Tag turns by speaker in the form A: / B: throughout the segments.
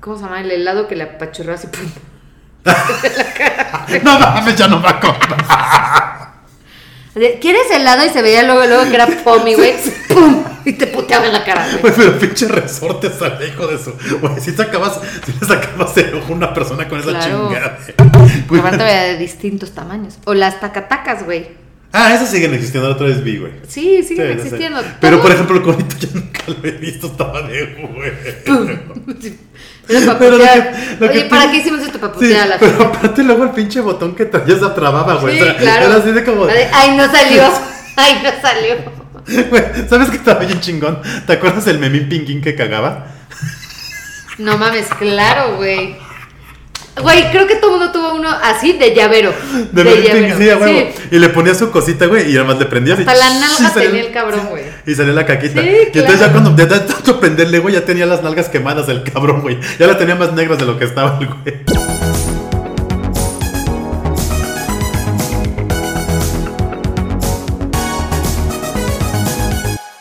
A: ¿Cómo se llama? El helado que le apachurró así. ¡pum!
B: No mames, ya no me acuerdo.
A: De, ¿Quieres helado? Y se veía luego, luego que era Pomi, güey. ¡Pum! Y te puteaba en la cara, güey.
B: Güey, pero pinche resorte sale, hijo de su. Güey, si sacabas, si le sacabas el ojo a una persona con esa
A: Claro.
B: chingada. Güey,
A: Aparte había de distintos tamaños. O las tacatacas, güey.
B: Ah, esas siguen existiendo, la otra vez vi, güey.
A: Sí, siguen
B: Sí, no sé.
A: existiendo.
B: Pero por
A: Todo-
B: ejemplo, el conito ya nunca lo he visto, estaba de güey.
A: Era para
B: Pero lo
A: putear.
B: que- lo
A: Oye,
B: que
A: ¿para
B: tú-
A: qué hicimos esto para
B: Sí,
A: putear a Pues, la
B: pero
A: gente?
B: aparte luego el pinche botón que traías se trababa, güey.
A: Sí,
B: O sea,
A: claro.
B: Era así de como.
A: La de, Ay, no salió. Ay, no salió.
B: Güey, ¿sabes qué estaba bien chingón? ¿Te acuerdas del memín pinguín que cagaba?
A: No mames, claro, güey. Güey, creo que todo mundo tuvo uno así de llavero.
B: De
A: De,
B: memín
A: llavero.
B: pinguín, sí, a huevo.
A: Sí.
B: Y le ponía su cosita, güey, y además le prendía.
A: Hasta la nalga tenía el cabrón, güey.
B: Y salía la caquita.
A: Sí,
B: y entonces ya
A: claro.
B: cuando de tanto prenderle, güey, ya tenía las nalgas quemadas el cabrón, güey. Ya la tenía más negras de lo que estaba el güey.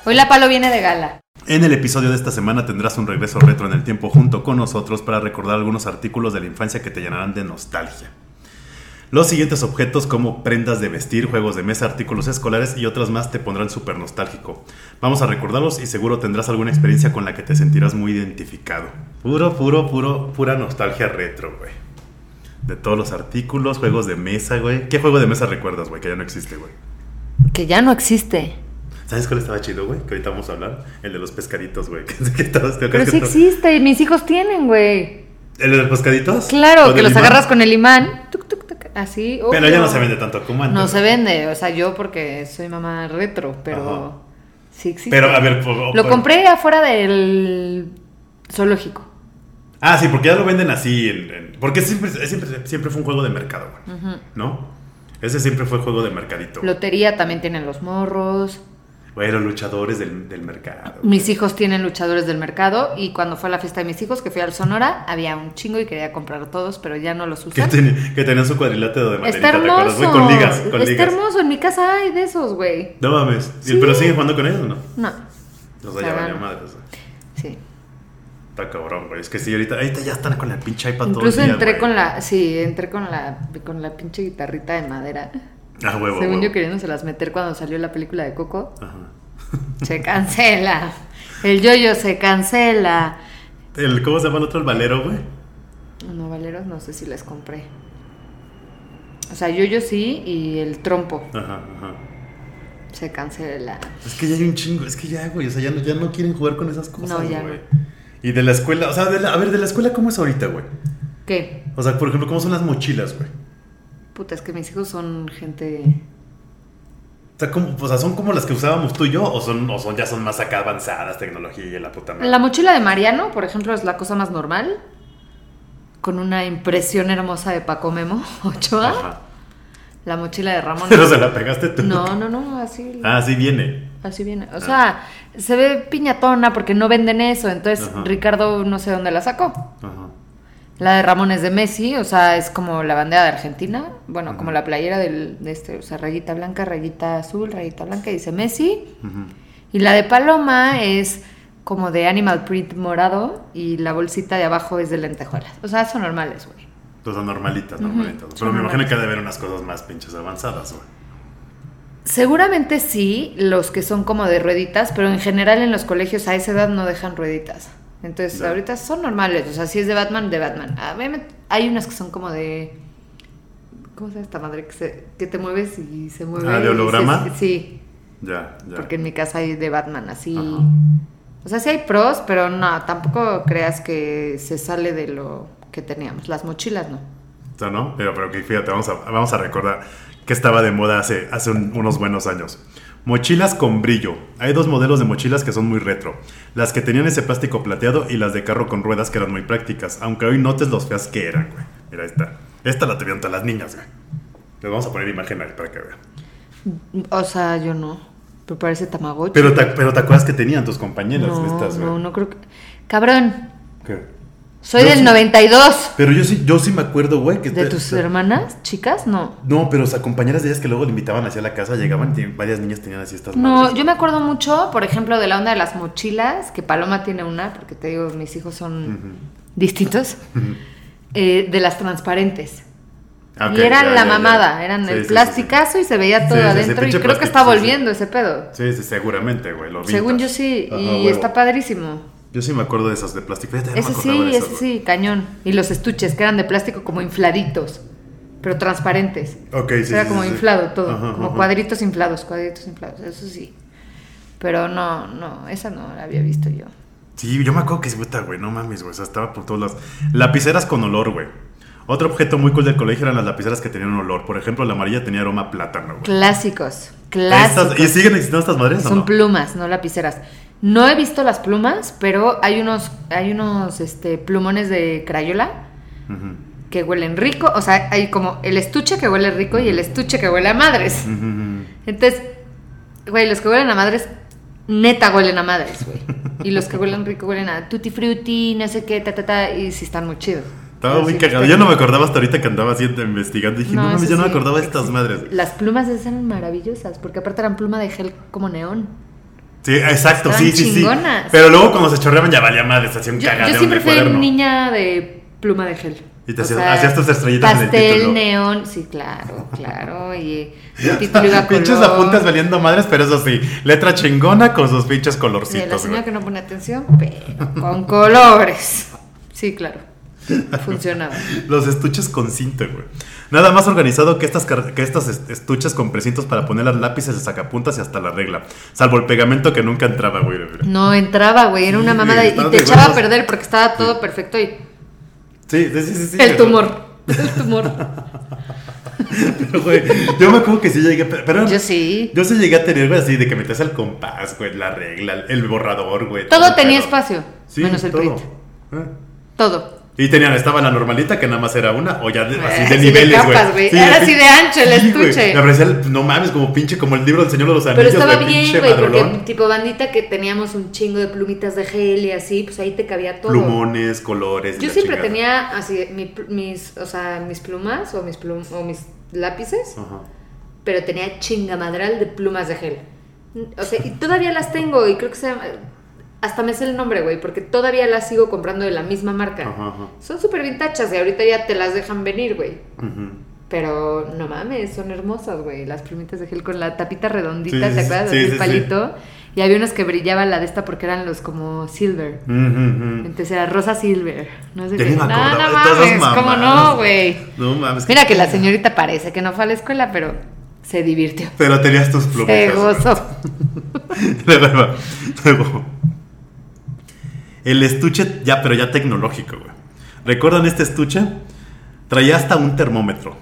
A: Hoy la palo viene de gala.
B: En el episodio de esta semana tendrás un regreso retro en el tiempo junto con nosotros para recordar algunos artículos de la infancia que te llenarán de nostalgia. Los siguientes objetos como prendas de vestir, juegos de mesa, artículos escolares y otras más te pondrán súper nostálgico. Vamos a recordarlos y seguro tendrás alguna experiencia con la que te sentirás muy identificado. Puro, puro, puro, pura nostalgia retro, güey. De todos los artículos, juegos de mesa, güey. ¿Qué juego de mesa recuerdas, güey? Que ya no existe, güey.
A: Que ya no existe.
B: ¿Sabes cuál estaba chido, güey? Que ahorita vamos a hablar. El de los pescaditos, güey. Que- que estabas- te
A: Pero
B: acuerdas
A: sí
B: que-
A: existe. Mis hijos tienen, güey.
B: ¿El de los pescaditos? ¿O
A: Claro, que
B: del
A: los
B: imán?
A: agarras con el imán. Tuc, tuc, tuc, así.
B: Pero
A: obvio.
B: ya no se vende tanto como antes.
A: No se vende. O sea, yo porque soy mamá retro, pero
B: Ajá.
A: sí existe.
B: Pero a ver. po- po-
A: Lo compré afuera del zoológico.
B: Ah, sí, porque ya lo venden así. en- en- porque siempre, siempre, siempre fue un juego de mercado, güey. ¿No? Ese siempre fue juego de mercadito. güey.
A: Lotería también tienen los morros.
B: Güey, los luchadores del, del mercado. güey.
A: Mis hijos tienen luchadores del mercado. Y cuando fue a la fiesta de mis hijos, que fui al Sonora, había un chingo y quería comprar todos, pero ya no los
B: Que,
A: usan.
B: ten- que tenían su cuadrilátero de maderita,
A: Está
B: ¿te acuerdas,
A: hermoso.
B: güey? Con ligas, con
A: Está
B: ligas.
A: hermoso. En mi casa hay de esos, güey.
B: No mames. ¿Y-
A: Sí.
B: ¿Pero siguen jugando con ellos o no?
A: No.
B: O sea, ya
A: Claro.
B: valió madre. o sea.
A: Sí.
B: Está cabrón, güey. Es que sí, ahorita, ahorita ya están con la pinche iPad todo el
A: Incluso
B: día,
A: entré
B: güey.
A: con la. Sí, entré con la, con la pinche guitarrita de madera.
B: Ah, huevo,
A: Según
B: huevo.
A: yo queriéndoselas meter cuando salió la película de Coco.
B: Ajá.
A: Se cancela. El yoyo se cancela.
B: El, ¿Cómo se llama el otro? El valero, güey.
A: No, valeros no sé si les compré. O sea, yo yo sí y el trompo
B: Ajá, ajá.
A: se cancela.
B: Es que ya hay un chingo, es que ya, güey, o sea, ya no, ya no quieren jugar con esas cosas,
A: No, ya
B: güey.
A: no.
B: Y de la escuela, o sea, de la- a ver, de la escuela, ¿cómo es ahorita, güey?
A: ¿Qué?
B: O sea, por ejemplo, ¿cómo son las mochilas, güey?
A: Puta, es que mis hijos son gente...
B: O sea, ¿cómo- o sea, ¿son como las que usábamos tú y yo? ¿O, son, o son, ya son más acá avanzadas, tecnología y la puta madre?
A: La mochila de Mariano, por ejemplo, es la cosa más normal. Con una impresión hermosa de Paco Memo Ochoa.
B: Ajá.
A: La mochila de Ramón.
B: Pero se la pegaste tú.
A: No, no, no, así...
B: Ah, sí viene.
A: Así viene. O sea, se ve piñatona porque no venden eso. Entonces,
B: Ajá.
A: Ricardo no sé dónde la sacó.
B: Ajá.
A: La de Ramón es de Messi, o sea, es como la bandera de Argentina, bueno, como la playera del, de este, o sea, rayita blanca, rayita azul, rayita blanca, y dice Messi.
B: Ujú.
A: Y la de Paloma es como de animal print morado y la bolsita de abajo es de lentejuelas. O sea, son normales, güey.
B: O sea, normalitas, normalitas. Pero me imagino que ha de haber unas cosas más pinches avanzadas, güey.
A: Seguramente sí, los que son como de rueditas, pero en general en los colegios a esa edad no dejan rueditas. Entonces,
B: Ya.
A: ahorita son normales, o sea, si es de Batman, de Batman. A mí me- hay unas que son como de... ¿Cómo se llama esta madre? Que, se- que te mueves y se mueve.
B: Ah, ¿de
A: y dices-
B: holograma?
A: sí,
B: Ya, ya.
A: porque en mi casa hay de Batman, así...
B: Ajá.
A: O sea, sí hay pros, pero no, tampoco creas que se sale de lo que teníamos. Las mochilas no.
B: O sea, ¿no? Pero, pero que fíjate, vamos a, vamos a recordar que estaba de moda hace, hace un- unos buenos años. Mochilas con brillo. Hay dos modelos de mochilas que son muy retro. Las que tenían ese plástico plateado y las de carro con ruedas que eran muy prácticas. Aunque hoy notes los feas que eran, güey. Mira, esta. Esta la tuvieron todas las niñas, güey. Les vamos a poner imagen ahí para que vean.
A: O sea, yo no. Pero parece Tamagotchi.
B: Pero te, pero te acuerdas que tenían tus compañeras
A: no,
B: estas, güey.
A: no, no creo que... Cabrón,
B: ¿Qué?
A: Soy
B: Yo
A: del
B: sí-
A: 92.
B: Pero yo sí, yo sí me acuerdo, güey. Que
A: ¿De
B: te-
A: tus
B: te-
A: hermanas? ¿Chicas? No.
B: No, pero, o sea, compañeras de ellas que luego le invitaban hacia la casa, llegaban y varias niñas tenían así estas
A: No,
B: madres,
A: yo me acuerdo mucho, por ejemplo, de la onda de las mochilas, que Paloma tiene una, porque te digo, mis hijos son distintos, eh, de las transparentes.
B: Ah, ok,
A: y eran
B: ya,
A: la
B: ya, ya.
A: mamada, eran
B: Sí,
A: el
B: sí, sí,
A: plasticazo y se veía todo
B: Sí, sí, sí,
A: adentro. y
B: pinche
A: creo que
B: plástico,
A: está
B: sí, sí.
A: volviendo ese pedo.
B: Sí, sí, seguramente, güey. Lo
A: Según yo
B: vintage.
A: sí,
B: Ajá,
A: y
B: huevo.
A: está padrísimo.
B: Yo sí me acuerdo de esas de plástico. Fíjate, ya no me
A: Ese
B: acordaba
A: sí,
B: de esas,
A: ese
B: güey.
A: sí, cañón. Y los estuches, que eran de plástico como infladitos, pero transparentes.
B: Ok, sí,
A: Era
B: sí,
A: como
B: sí, sí.
A: inflado todo,
B: Ajá,
A: como
B: ajá.
A: cuadritos inflados, cuadritos inflados, eso sí. Pero no, no, esa no la había visto yo.
B: Sí, yo me acuerdo que es puta, güey. No mames, güey. O sea, estaba por todos lados. Lapiceras con olor, güey. Otro objeto muy cool del colegio eran las lapiceras que tenían olor. Por ejemplo, la amarilla tenía aroma a plátano, güey.
A: Clásicos,
B: Estas-
A: clásicos.
B: ¿Y siguen existiendo estas madres o
A: Son
B: no?
A: plumas, no lapiceras. No he visto las plumas, pero hay unos, hay unos este, plumones de crayola
B: Ujú.
A: que huelen rico. O sea, hay como el estuche que huele rico y el estuche que huele a madres.
B: Ujú.
A: Entonces, güey, los que huelen a madres, neta huelen a madres, güey. Y los que huelen rico huelen a tutti frutti, no sé qué, ta, ta, ta, y sí están muy chidos.
B: Estaba
A: Pero
B: muy
A: sí,
B: cagado.
A: los
B: Yo
A: que-
B: no me acordaba hasta ahorita que andaba haciendo investigando. Dije, no,
A: No,
B: mames,
A: eso
B: yo no me
A: sí,
B: acordaba de estas
A: existe.
B: madres.
A: Las plumas esas eran maravillosas, porque aparte eran pluma de gel como neón.
B: Sí, exacto,
A: Estaban
B: sí, sí, sí.
A: chingonas.
B: Pero luego cuando se chorreaban ya valía madre, se hacía un
A: Yo,
B: cagadero
A: yo
B: en
A: siempre
B: el
A: fui
B: cuaderno.
A: niña de pluma de gel.
B: Y te hacías- hacías tus estrellitas en el
A: pastel,
B: título.
A: neón, sí, claro, claro. Y el título iba a
B: pinches
A: color.
B: apuntes valiendo madres, pero eso sí, letra chingona con sus pinches
A: De la
B: colorcitos,
A: señora que
B: güey.
A: no pone atención, pero con colores. Sí, claro. Funcionaba.
B: Los estuches con cinta, güey. Nada más organizado que estas, car- que estas est- estuches con precintos para poner las lápices, las sacapuntas y hasta la regla. Salvo el pegamento que nunca entraba, güey.
A: No entraba, güey, era una
B: Sí,
A: mamada y
B: estaba
A: te
B: de
A: echaba a
B: huevos.
A: perder porque estaba todo perfecto y
B: Sí, sí, sí, sí. sí,
A: el
B: güey.
A: tumor, el tumor.
B: Pero, güey, yo me acuerdo que sí llegué, pero... pero-
A: Yo sí.
B: Yo sí llegué a tener, güey, así de que metes el compás, güey, la regla, el borrador, güey.
A: Todo
B: el
A: tenía
B: pedo.
A: espacio,
B: Sí,
A: menos el
B: todo.
A: print.
B: Ah.
A: Todo.
B: Y tenían, estaba la normalita que nada más era una, o ya de- así de
A: Eh, Así de
B: niveles,
A: capas,
B: güey.
A: güey. Era así de ancho el
B: güey.
A: estuche.
B: Me parecía, el- no mames, como pinche, como el libro del Señor de los
A: Pero
B: Anillos,
A: estaba
B: güey,
A: bien,
B: pinche
A: güey, porque
B: madrolón.
A: tipo bandita que teníamos un chingo de plumitas de gel y así, pues ahí te cabía todo.
B: Plumones, colores. y
A: Yo
B: la
A: siempre
B: chingada.
A: tenía así mi pl- mis, o sea, mis plumas o mis plum- o mis lápices,
B: Ajá.
A: pero tenía chingamadral de plumas de gel. Mm, O sea, y todavía las tengo y creo que se llama- hasta me sé el nombre, güey, porque todavía las sigo comprando de la misma marca.
B: Ajá, ajá.
A: Son súper vintachas y ahorita ya te las dejan venir, güey.
B: Ujú.
A: Pero no mames, son hermosas, güey. Las plumitas de gel con la tapita redondita,
B: Sí,
A: ¿te
B: sí,
A: acuerdas?
B: sí,
A: Así,
B: sí, sí.
A: palito. Y había unas que brillaba la de esta porque eran los como silver.
B: Ujú, ujú.
A: Entonces era rosa silver. No sé
B: Ya
A: qué.
B: ni me
A: No,
B: acordaba
A: no
B: de todas esas
A: mames, ¿cómo
B: mamadas.
A: no, güey?
B: No mames.
A: Mira que la señorita parece que no fue a la escuela, pero se divirtió.
B: Pero tenías tus
A: Se
B: plumitas. güey.
A: gozó.
B: Luego, ahí va. Luego. El estuche, ya, pero ya tecnológico, güey. ¿Recuerdan este estuche? Traía hasta un termómetro.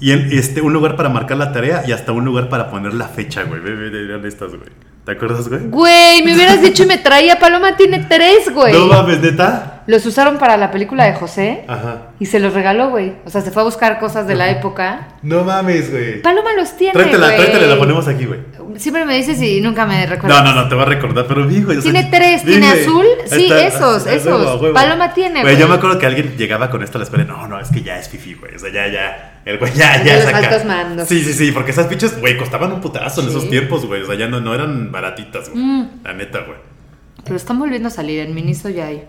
B: Y el- este, un lugar para marcar la tarea y hasta un lugar para poner la fecha, güey. Ve, ve, ve, vean estas, güey. ¿Te acuerdas, güey?
A: Güey, me hubieras dicho y me traía. Paloma tiene tres, güey.
B: No mames, neta.
A: Los usaron para la película de José
B: Ajá.
A: y se los regaló, güey. O sea, se fue a buscar cosas de la época.
B: No mames, güey.
A: Paloma los tiene.
B: Tráetela,
A: güey.
B: tráetela, la ponemos aquí, güey.
A: Siempre me dices y nunca me
B: No,
A: recuerdas.
B: no, no, te va a recordar, pero vi, güey. o sea,
A: Tiene tres, tiene
B: dime,
A: azul, sí,
B: está-
A: esos,
B: a huevo,
A: esos.
B: a huevo.
A: Paloma tiene,
B: Güey, yo
A: güey.
B: me acuerdo que alguien llegaba con esto a la escuela. y, No, no, es que ya es fifi, güey. O sea, ya, ya. El güey ya,
A: Es
B: ya
A: de los
B: saca.
A: altos mandos.
B: Sí, sí, sí, porque esas pinches, güey, costaban un putazo en
A: Sí.
B: esos tiempos, güey. O sea, ya no, no eran baratitas, güey.
A: Mm.
B: La neta, güey.
A: Pero están volviendo a salir, en Miniso ya hay.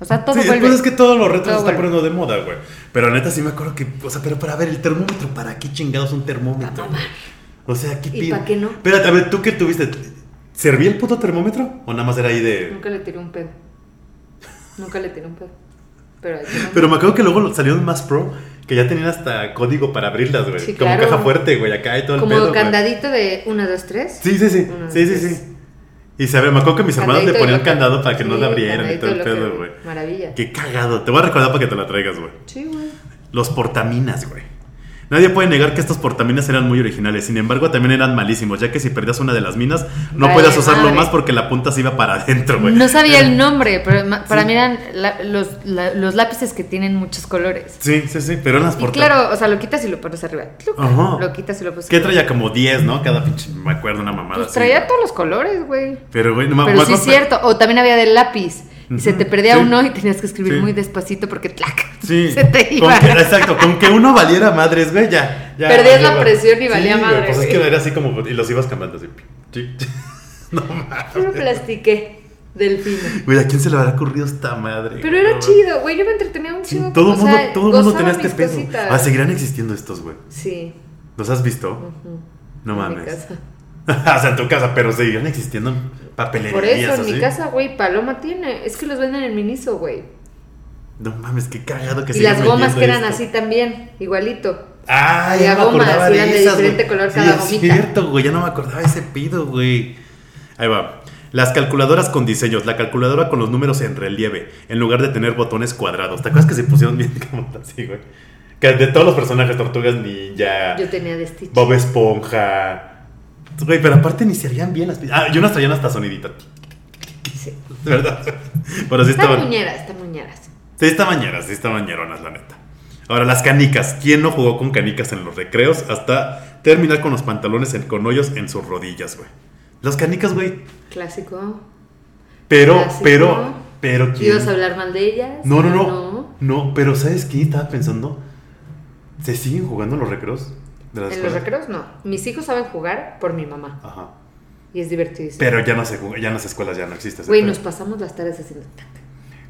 A: O sea, todo
B: Sí,
A: vuelve.
B: pues es que todos los retos
A: Todo
B: se están
A: vuelve.
B: poniendo de moda, güey. Pero la neta sí me acuerdo que, o sea, pero para ver el termómetro, ¿para qué chingados un termómetro? güey? O sea, ¿qué
A: ¿Y
B: pido?
A: pa' qué no?
B: Espérate, a ver, ¿tú qué tuviste? ¿Servía el puto termómetro? ¿O nada más era ahí de.?
A: Nunca le tiré un pedo. Nunca le tiré un pedo. Pero, ahí tiene un-
B: Pero me acuerdo que luego salieron más pro que ya tenían hasta código para abrirlas, güey.
A: Sí,
B: Como
A: claro.
B: caja fuerte, güey, acá y todo el
A: como
B: pedo. güey.
A: candadito de 1, 2, 3.
B: Sí, sí, sí.
A: Uno,
B: sí, sí,
A: tres.
B: sí. Y se abre, me acuerdo que mis hermanos le ponían candado para que no la abrieran y todo el pedo, güey.
A: Maravilla.
B: Qué cagado. Te voy a recordar para que te la traigas, güey.
A: Sí, güey.
B: Los portaminas, güey. Nadie puede negar que estos portaminas eran muy originales, sin embargo también eran malísimos, ya que si perdías una de las minas, no
A: Vale,
B: podías usarlo
A: madre.
B: más porque la punta se iba para adentro, güey.
A: No sabía
B: Era-
A: el nombre, pero ma- para mí eran la- los, la- los lápices que tienen muchos colores.
B: Sí, sí, sí, pero eran las
A: Y
B: portaminas.
A: claro, o sea, lo quitas y lo pones arriba. Tluc,
B: Ajá.
A: Lo quitas y lo pones
B: Que traía como 10, ¿no? Cada pinche, me acuerdo una mamada.
A: Pues
B: así,
A: traía
B: güey.
A: todos los colores, güey.
B: Pero, güey, no me
A: Pero
B: me
A: sí es
B: acuerdo-
A: cierto. O también había del lápiz. Y se te
B: Ujú,
A: perdía
B: sí.
A: uno y tenías que escribir
B: Sí.
A: muy despacito porque tlac,
B: Sí.
A: se te
B: Con
A: iba.
B: que- exacto, con que uno valiera madres, güey, ya. ya
A: Perdías la
B: ya,
A: presión y valía
B: güey,
A: madre,
B: Pues es
A: güey.
B: que era así como. Y los ibas cambiando así. Sí. No mames.
A: Yo lo plastiqué. Delfino.
B: Güey, ¿a quién se le habrá ocurrido esta madre?
A: Pero era
B: No,
A: chido, güey. Yo me entretenía un
B: Sí,
A: chingo.
B: todo
A: o
B: el mundo,
A: sea,
B: todo el mundo
A: gozaba
B: tenía este
A: mis
B: pedo.
A: cositas.
B: Ah, seguirán existiendo estos, güey.
A: Sí.
B: ¿Los has visto?
A: ujú,
B: No
A: en mi
B: mames.
A: casa.
B: o sea, en tu casa, pero seguirán existiendo papelerías
A: Por eso, en mi
B: así.
A: casa, güey, Paloma tiene. Es que los venden en Miniso, güey.
B: No mames, qué cagado que
A: Y las
B: sigan
A: gomas que eran
B: vendiendo
A: así
B: esto.
A: también, igualito.
B: Ay,
A: Había
B: Ah, ya no me
A: gomas,
B: acordaba
A: eran de
B: de esas,
A: diferente
B: güey.
A: color
B: Sí,
A: cada
B: es
A: gomita.
B: cierto, güey, ya no me acordaba de ese pido, güey. Ahí va. Las calculadoras con diseños, la calculadora con los números en relieve, en lugar de tener botones cuadrados. ¿Te acuerdas que se pusieron bien como así, güey? Que de todos los personajes, Tortugas Ninja,
A: Yo tenía de este Stitch.
B: Bob Esponja. Güey, pero aparte ni se harían bien las pi- Ah, yo unas traían hasta sonidita.
A: Sí.
B: De verdad. Pero sí
A: Están
B: estaban.
A: muñeras, están muñeras.
B: Sí, esta mañana, sí, esta mañaronas, la neta. Ahora, las canicas. ¿Quién no jugó con canicas en los recreos hasta terminar con los pantalones en, con hoyos en sus rodillas, güey? Las canicas, güey.
A: Clásico.
B: Pero,
A: Clásico.
B: pero, pero, ¿quién?
A: ¿Ibas a hablar mal de ellas?
B: No, no, no. No, pero ¿sabes qué? Estaba pensando. ¿Se siguen jugando en los recreos? De las
A: En los
B: escuelas?
A: recreos no. Mis hijos saben jugar por mi mamá.
B: Ajá.
A: Y es divertidísimo.
B: Pero ya no se juega- ya en las escuelas ya no existe. ese
A: Güey,
B: pedo.
A: nos pasamos las tardes haciendo tac, tac.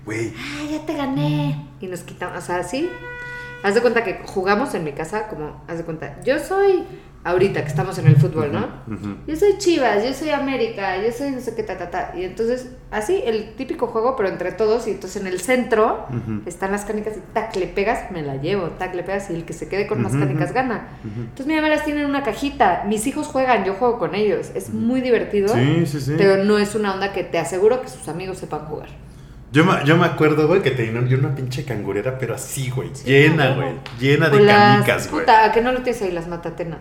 B: Güey,
A: Ah, ya te gané. Y nos quitamos, o sea, sí. Haz de cuenta que jugamos en mi casa, como, haz de cuenta, yo soy, ahorita que estamos en el fútbol, ¿no?
B: ujú.
A: Yo soy Chivas, yo soy América, yo soy no sé qué, ta, ta, ta. Y entonces, así, el típico juego, pero entre todos. Y entonces en el centro
B: Ujú.
A: están las canicas y tac, le pegas, me la llevo, tac, le pegas. Y el que se quede con más
B: Ujú,
A: canicas
B: ujú.
A: gana.
B: Ujú.
A: Entonces mi mamá las tiene en una cajita. Mis hijos juegan, yo juego con ellos. Es muy divertido.
B: Sí, sí, sí.
A: Pero no es una onda que te aseguro que sus amigos sepan jugar.
B: Yo me, yo me acuerdo, güey, que tenían yo una pinche cangurera, pero así, güey.
A: Sí, claro.
B: llena, güey. Llena de
A: O Pues las-
B: canicas, güey.
A: Puta, ¿a qué no lo tienes ahí? Las matatenas.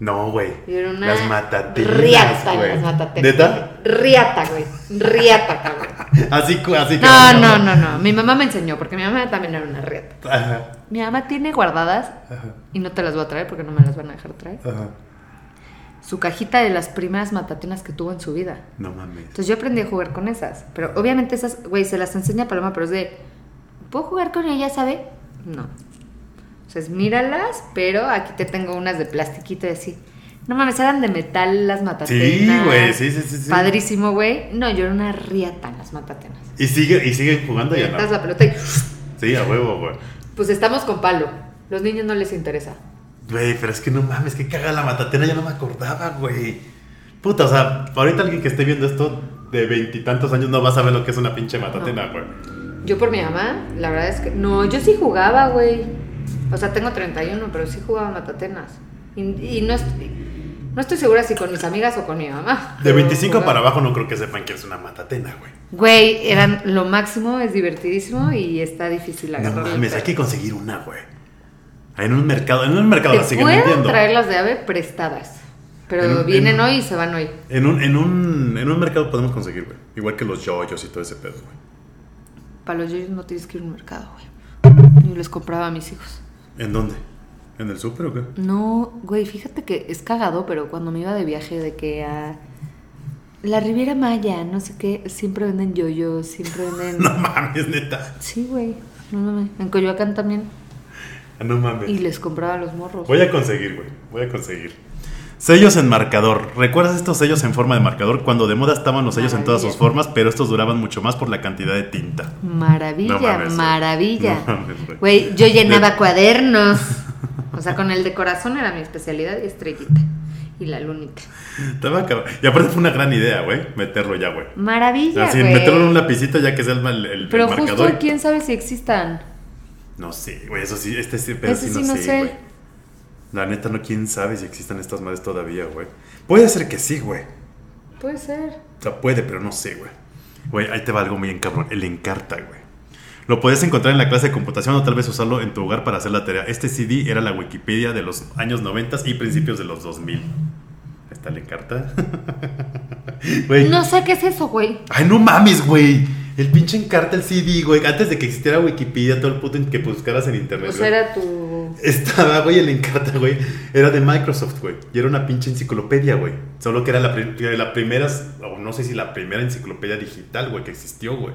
B: No, güey.
A: Y era una
B: Las matatenas.
A: Riata,
B: güey.
A: las matatenas.
B: ¿Neta?
A: Riata, güey. Riata, cabrón.
B: Así, cu- así
A: No, no, no, no. Mi mamá me enseñó, porque mi mamá también era una riata.
B: no. Ajá,
A: Mi mamá tiene guardadas,
B: ajá,
A: y no te las voy a traer porque no me las van a dejar traer,
B: ajá.
A: su cajita de las primeras matatenas que tuvo en su vida.
B: No mames.
A: Entonces yo aprendí a jugar con esas. Pero obviamente esas, güey, se las enseña Paloma, pero es de, ¿puedo jugar con ella, sabe? No. O sea, es míralas, pero aquí te tengo unas de plastiquito y así. No mames, eran de metal las matatenas.
B: Sí, güey, sí, sí, sí, sí.
A: Padrísimo, güey. No, yo era una riata en las matatenas.
B: Y, sigue, y siguen jugando ya,
A: Aventas
B: ¿no?
A: la pelota y...
B: Sí, a huevo, güey.
A: Pues estamos con palo. Los niños no les interesa.
B: Güey, pero es que no mames, que caga la matatena, ya no me acordaba, güey. Puta, o sea, ahorita alguien que esté viendo esto de veintitantos años no va a saber lo que es una pinche matatena, güey.
A: Yo por mi mamá, la verdad es que... No, yo sí jugaba, güey. O sea, tengo 31, pero sí jugaba matatenas. Y, y no, estoy, no estoy segura si con mis amigas o con mi mamá.
B: De
A: pero
B: 25
A: jugaba.
B: para abajo no creo que sepan que es una matatena, güey.
A: Güey, eran lo máximo, es divertidísimo y está difícil
B: No
A: agarrar.
B: mames, hay que conseguir una, güey. En un mercado, en un mercado
A: Te
B: la siguen
A: puedo
B: vendiendo.
A: traer las de ave prestadas. Pero
B: En un-
A: vienen
B: en-
A: hoy y se van hoy.
B: En un, en un, en un mercado podemos conseguir, güey. Igual que los yoyos y todo ese pedo, güey.
A: Para los yoyos no tienes que ir a un mercado, güey. Yo les compraba a mis hijos.
B: ¿En dónde? ¿En el súper o qué?
A: No, güey, fíjate que es cagado, pero cuando me iba de viaje de que a la Riviera Maya, no sé qué, siempre venden yoyos, siempre venden...
B: No mames, neta.
A: Sí, güey, no mames. En Coyoacán también.
B: Ah, No mames.
A: Y les compraba los morros.
B: Voy a conseguir, güey. Voy a conseguir. Sellos en marcador. ¿Recuerdas estos sellos en forma de marcador? Cuando de moda estaban los sellos en todas sus
A: Maravilla.
B: formas, pero estos duraban mucho más por la cantidad de tinta.
A: Maravilla,
B: No mames, güey.
A: maravilla.
B: No mames, güey.
A: Güey, yo llenaba cuadernos. O sea, con el de corazón era mi especialidad y estrellita. Y la lunita.
B: Estaba cabrón. Y aparte fue una gran idea, güey. Meterlo ya, güey.
A: Maravilla,
B: Así,
A: güey.
B: meterlo en un lapicito ya que sea el, el- el
A: Pero
B: marcador.
A: justo, ¿quién sabe si existan?
B: No sé, güey, eso sí, este sí, pero
A: Ese
B: sí,
A: sí
B: no,
A: no sé.
B: sé, güey. La neta, no, quién sabe si existan estas madres todavía, güey. Puede ser que sí, güey.
A: Puede ser.
B: O sea, puede, pero no sé, güey. Güey, ahí te va algo muy en cabrón. El Encarta, güey. Lo podías encontrar en la clase de computación o tal vez usarlo en tu hogar para hacer la tarea. Este CD era la Wikipedia de los años 90 y principios de los 2000. Ahí está el Encarta. Güey.
A: No sé qué es eso, güey.
B: Ay, no mames, güey. El pinche Encarta, el CD, güey. Antes de que existiera Wikipedia, todo el puto que buscaras en internet.
A: O sea,
B: güey.
A: Pues era tu.
B: Estaba, güey, el Encarta, güey. Era de Microsoft, güey. Y era una pinche enciclopedia, güey. Solo que era la, pri- que la primera, o no sé si la primera enciclopedia digital, güey, que existió, güey.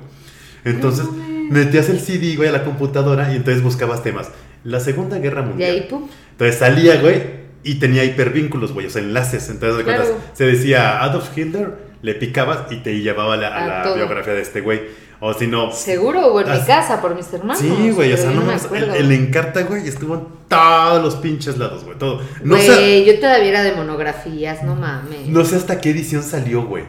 B: Entonces,
A: No mames.
B: metías el CD, güey, a la computadora y entonces buscabas temas. La Segunda Guerra
A: Y
B: Mundial.
A: ahí, pum.
B: Entonces salía, güey, y tenía hipervínculos, güey, o sea, enlaces. Entonces, de
A: Claro.
B: cuentas, se decía Adolf Hitler le picabas y te llevaba la- a
A: A
B: la
A: todo.
B: biografía de este güey. O si no.
A: Seguro hubo en mi
B: As-
A: casa por mis hermanos.
B: Sí, güey, o
A: pero
B: sea,
A: yo
B: no
A: me
B: mames, el,
A: acuerdo.
B: el Encarta, güey, estuvo en todos los pinches lados, güey, todo. No,
A: Güey,
B: sé,
A: yo todavía era de monografías, no mames.
B: no sé hasta qué edición salió, güey.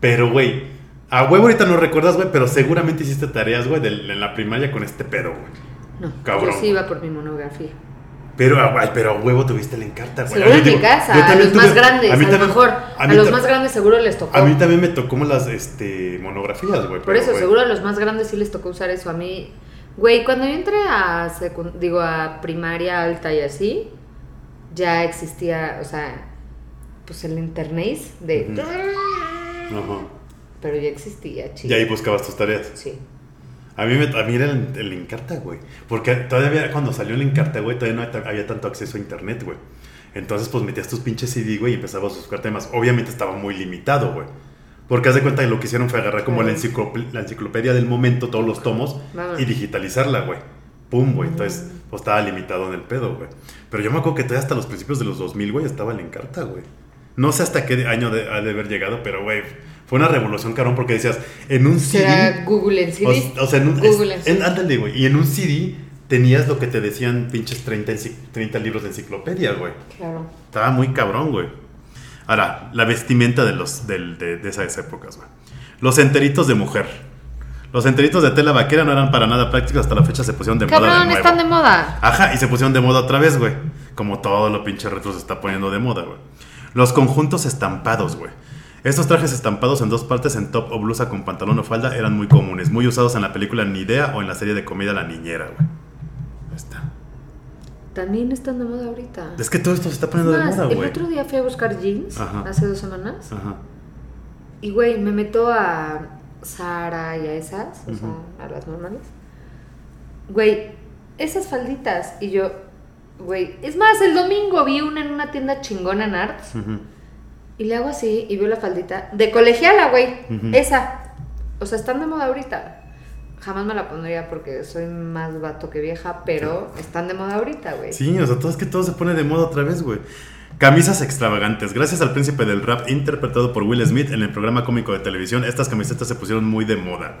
B: Pero, güey, a huevo ahorita no recuerdas, güey, pero seguramente hiciste tareas, güey, del- en la primaria con este pedo, güey.
A: No,
B: Cabrón.
A: yo sí iba por mi monografía.
B: Pero, a- ay, pero a huevo tuviste el Encarta, güey. A
A: Seguro
B: mí,
A: en mi
B: digo,
A: casa,
B: yo
A: a
B: también
A: los más
B: tuve-
A: grandes, a,
B: mí
A: lo
B: también-
A: mejor.
B: a
A: A,
B: mí
A: los
B: ta-
A: más grandes seguro les tocó.
B: A mí también me tocó como las este, monografías, güey.
A: Por
B: pero,
A: eso,
B: güey,
A: seguro a los más grandes sí les tocó usar eso. A mí, güey, cuando yo entré a, secu- digo, a primaria alta y así, ya existía, o sea, pues el internet de...
B: Ujú. Ajá.
A: Pero ya existía,
B: Y
A: chido.
B: ahí buscabas tus tareas.
A: Sí.
B: A mí, me, a mí era el, el Encarta, güey. Porque todavía cuando salió el Encarta, güey, todavía no ta- había tanto acceso a internet, güey. Entonces, pues metías tus pinches CD, güey, y empezabas a buscar temas. Obviamente estaba muy limitado, güey. Porque haz de cuenta que lo que hicieron fue agarrar como la, enciclop- la enciclopedia del momento, todos los tomos,
A: Vamos.
B: y digitalizarla, güey. Pum, güey. Entonces, pues estaba limitado en el pedo, güey. Pero yo me acuerdo que todavía hasta los principios de los 2000, güey, estaba el Encarta, güey. No sé hasta qué año de- ha de haber llegado, pero, güey, fue una revolución, carón, porque decías, en un CD...
A: Será Google en sí.
B: O, o sea, en un,
A: Google
B: es-
A: en sí.
B: en- ándale, güey. Y en un CD tenías lo que te decían pinches 30, enci- 30 libros de enciclopedia, güey.
A: Claro.
B: Estaba muy cabrón, güey. Ahora, la vestimenta de, los, del- de, de esas épocas, güey. Los enteritos de mujer. Los enteritos de tela vaquera no eran para nada prácticos. Hasta la fecha se pusieron de moda de
A: Cabrón,
B: nuevo.
A: están de moda.
B: Ajá, y se pusieron de moda otra vez, güey. Como todo lo pinche retro se está poniendo de moda, güey. Los conjuntos estampados, güey. Estos trajes estampados en dos partes en top o blusa con pantalón o falda eran muy comunes, muy usados en la película Ni Idea o en la serie de comedia La Niñera, güey. Ahí está.
A: También están de moda ahorita.
B: Es que todo esto se está
A: Es
B: poniendo de
A: más,
B: moda,
A: el
B: güey.
A: otro día fui a buscar jeans,
B: Ajá.
A: hace dos semanas,
B: Ajá.
A: y güey, me meto a Sara y a esas, o
B: Ujú.
A: sea, a las normales. Güey, esas falditas, y yo, güey, es más, el domingo vi una en una tienda chingona en Arts,
B: ujú.
A: y le hago así, y veo la faldita de colegiala, güey,
B: Ujú.
A: esa. O sea, están de moda ahorita. Jamás me la pondría porque soy más vato que vieja, pero están de moda ahorita, güey.
B: Sí, o sea, todo es que todo se pone de moda otra vez, güey. Camisas extravagantes. Gracias al príncipe del rap interpretado por Will Smith en el programa cómico de televisión, estas camisetas se pusieron muy de moda.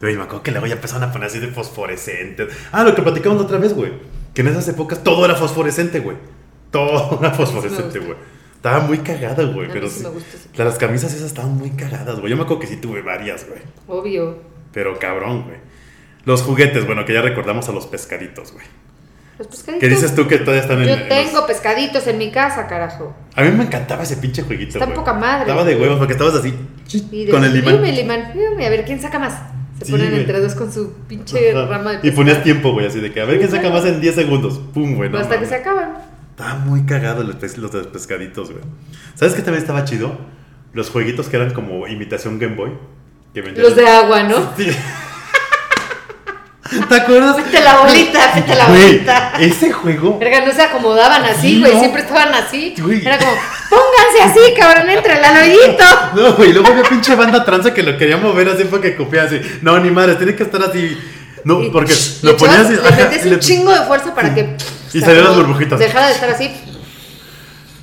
B: Güey, me acuerdo que luego ya empezaron a poner así de fosforescentes. Ah, lo que platicamos la otra vez, güey. Que en esas épocas todo era fosforescente, güey. Todo era
A: gusta.
B: fosforescente, güey. Estaba muy cagada, güey.
A: A mí
B: Pero
A: sí
B: sí.
A: me gusta ese
B: Las camisas esas estaban muy cagadas, güey. Yo me acuerdo que sí tuve varias, güey.
A: Obvio.
B: Pero cabrón, güey. Los juguetes, bueno, que ya recordamos a los pescaditos, güey.
A: Los pescaditos.
B: ¿Qué dices tú que todavía están en en
A: Yo
B: los-
A: tengo pescaditos en mi casa, carajo.
B: A mí me encantaba ese pinche jueguito.
A: Está
B: güey.
A: poca madre.
B: Estaba de huevos porque estabas así
A: Y de-
B: con el imán.
A: Fíjame el imán, fíjame, a ver quién saca más. Se
B: Sí,
A: ponen
B: güey.
A: entre dos con su pinche
B: Ajá.
A: rama de
B: y
A: pescado.
B: ponías tiempo, güey, así de que a ver quién saca
A: Ajá.
B: más en 10 segundos. Pum, güey. no
A: Pues Hasta que
B: mames.
A: se acaban.
B: Estaba muy cagado los, pes- los de los pescaditos, güey. ¿Sabes qué también estaba chido? Los jueguitos que eran como imitación Game Boy. Que vendían-
A: Los de agua, ¿no?
B: Sí. ¿Te acuerdas?
A: Vete la bolita, vete la
B: Güey,
A: bolita.
B: Ese juego
A: Verga, no se acomodaban así,
B: Sí,
A: güey.
B: no.
A: Siempre estaban así.
B: Güey.
A: Era como, pónganse así, cabrón, entre el anoidito.
B: No, güey, luego había pinche banda tranza que lo quería mover así para que copiara así. No, ni madres, tiene que estar así. No,
A: Y-
B: porque
A: y
B: lo
A: echabas-
B: ponías así.
A: Le
B: ajá,
A: metías
B: y
A: un
B: le-
A: chingo de fuerza para que.
B: Y
A: o sea,
B: salían las
A: como
B: burbujitas.
A: Dejara de estar así.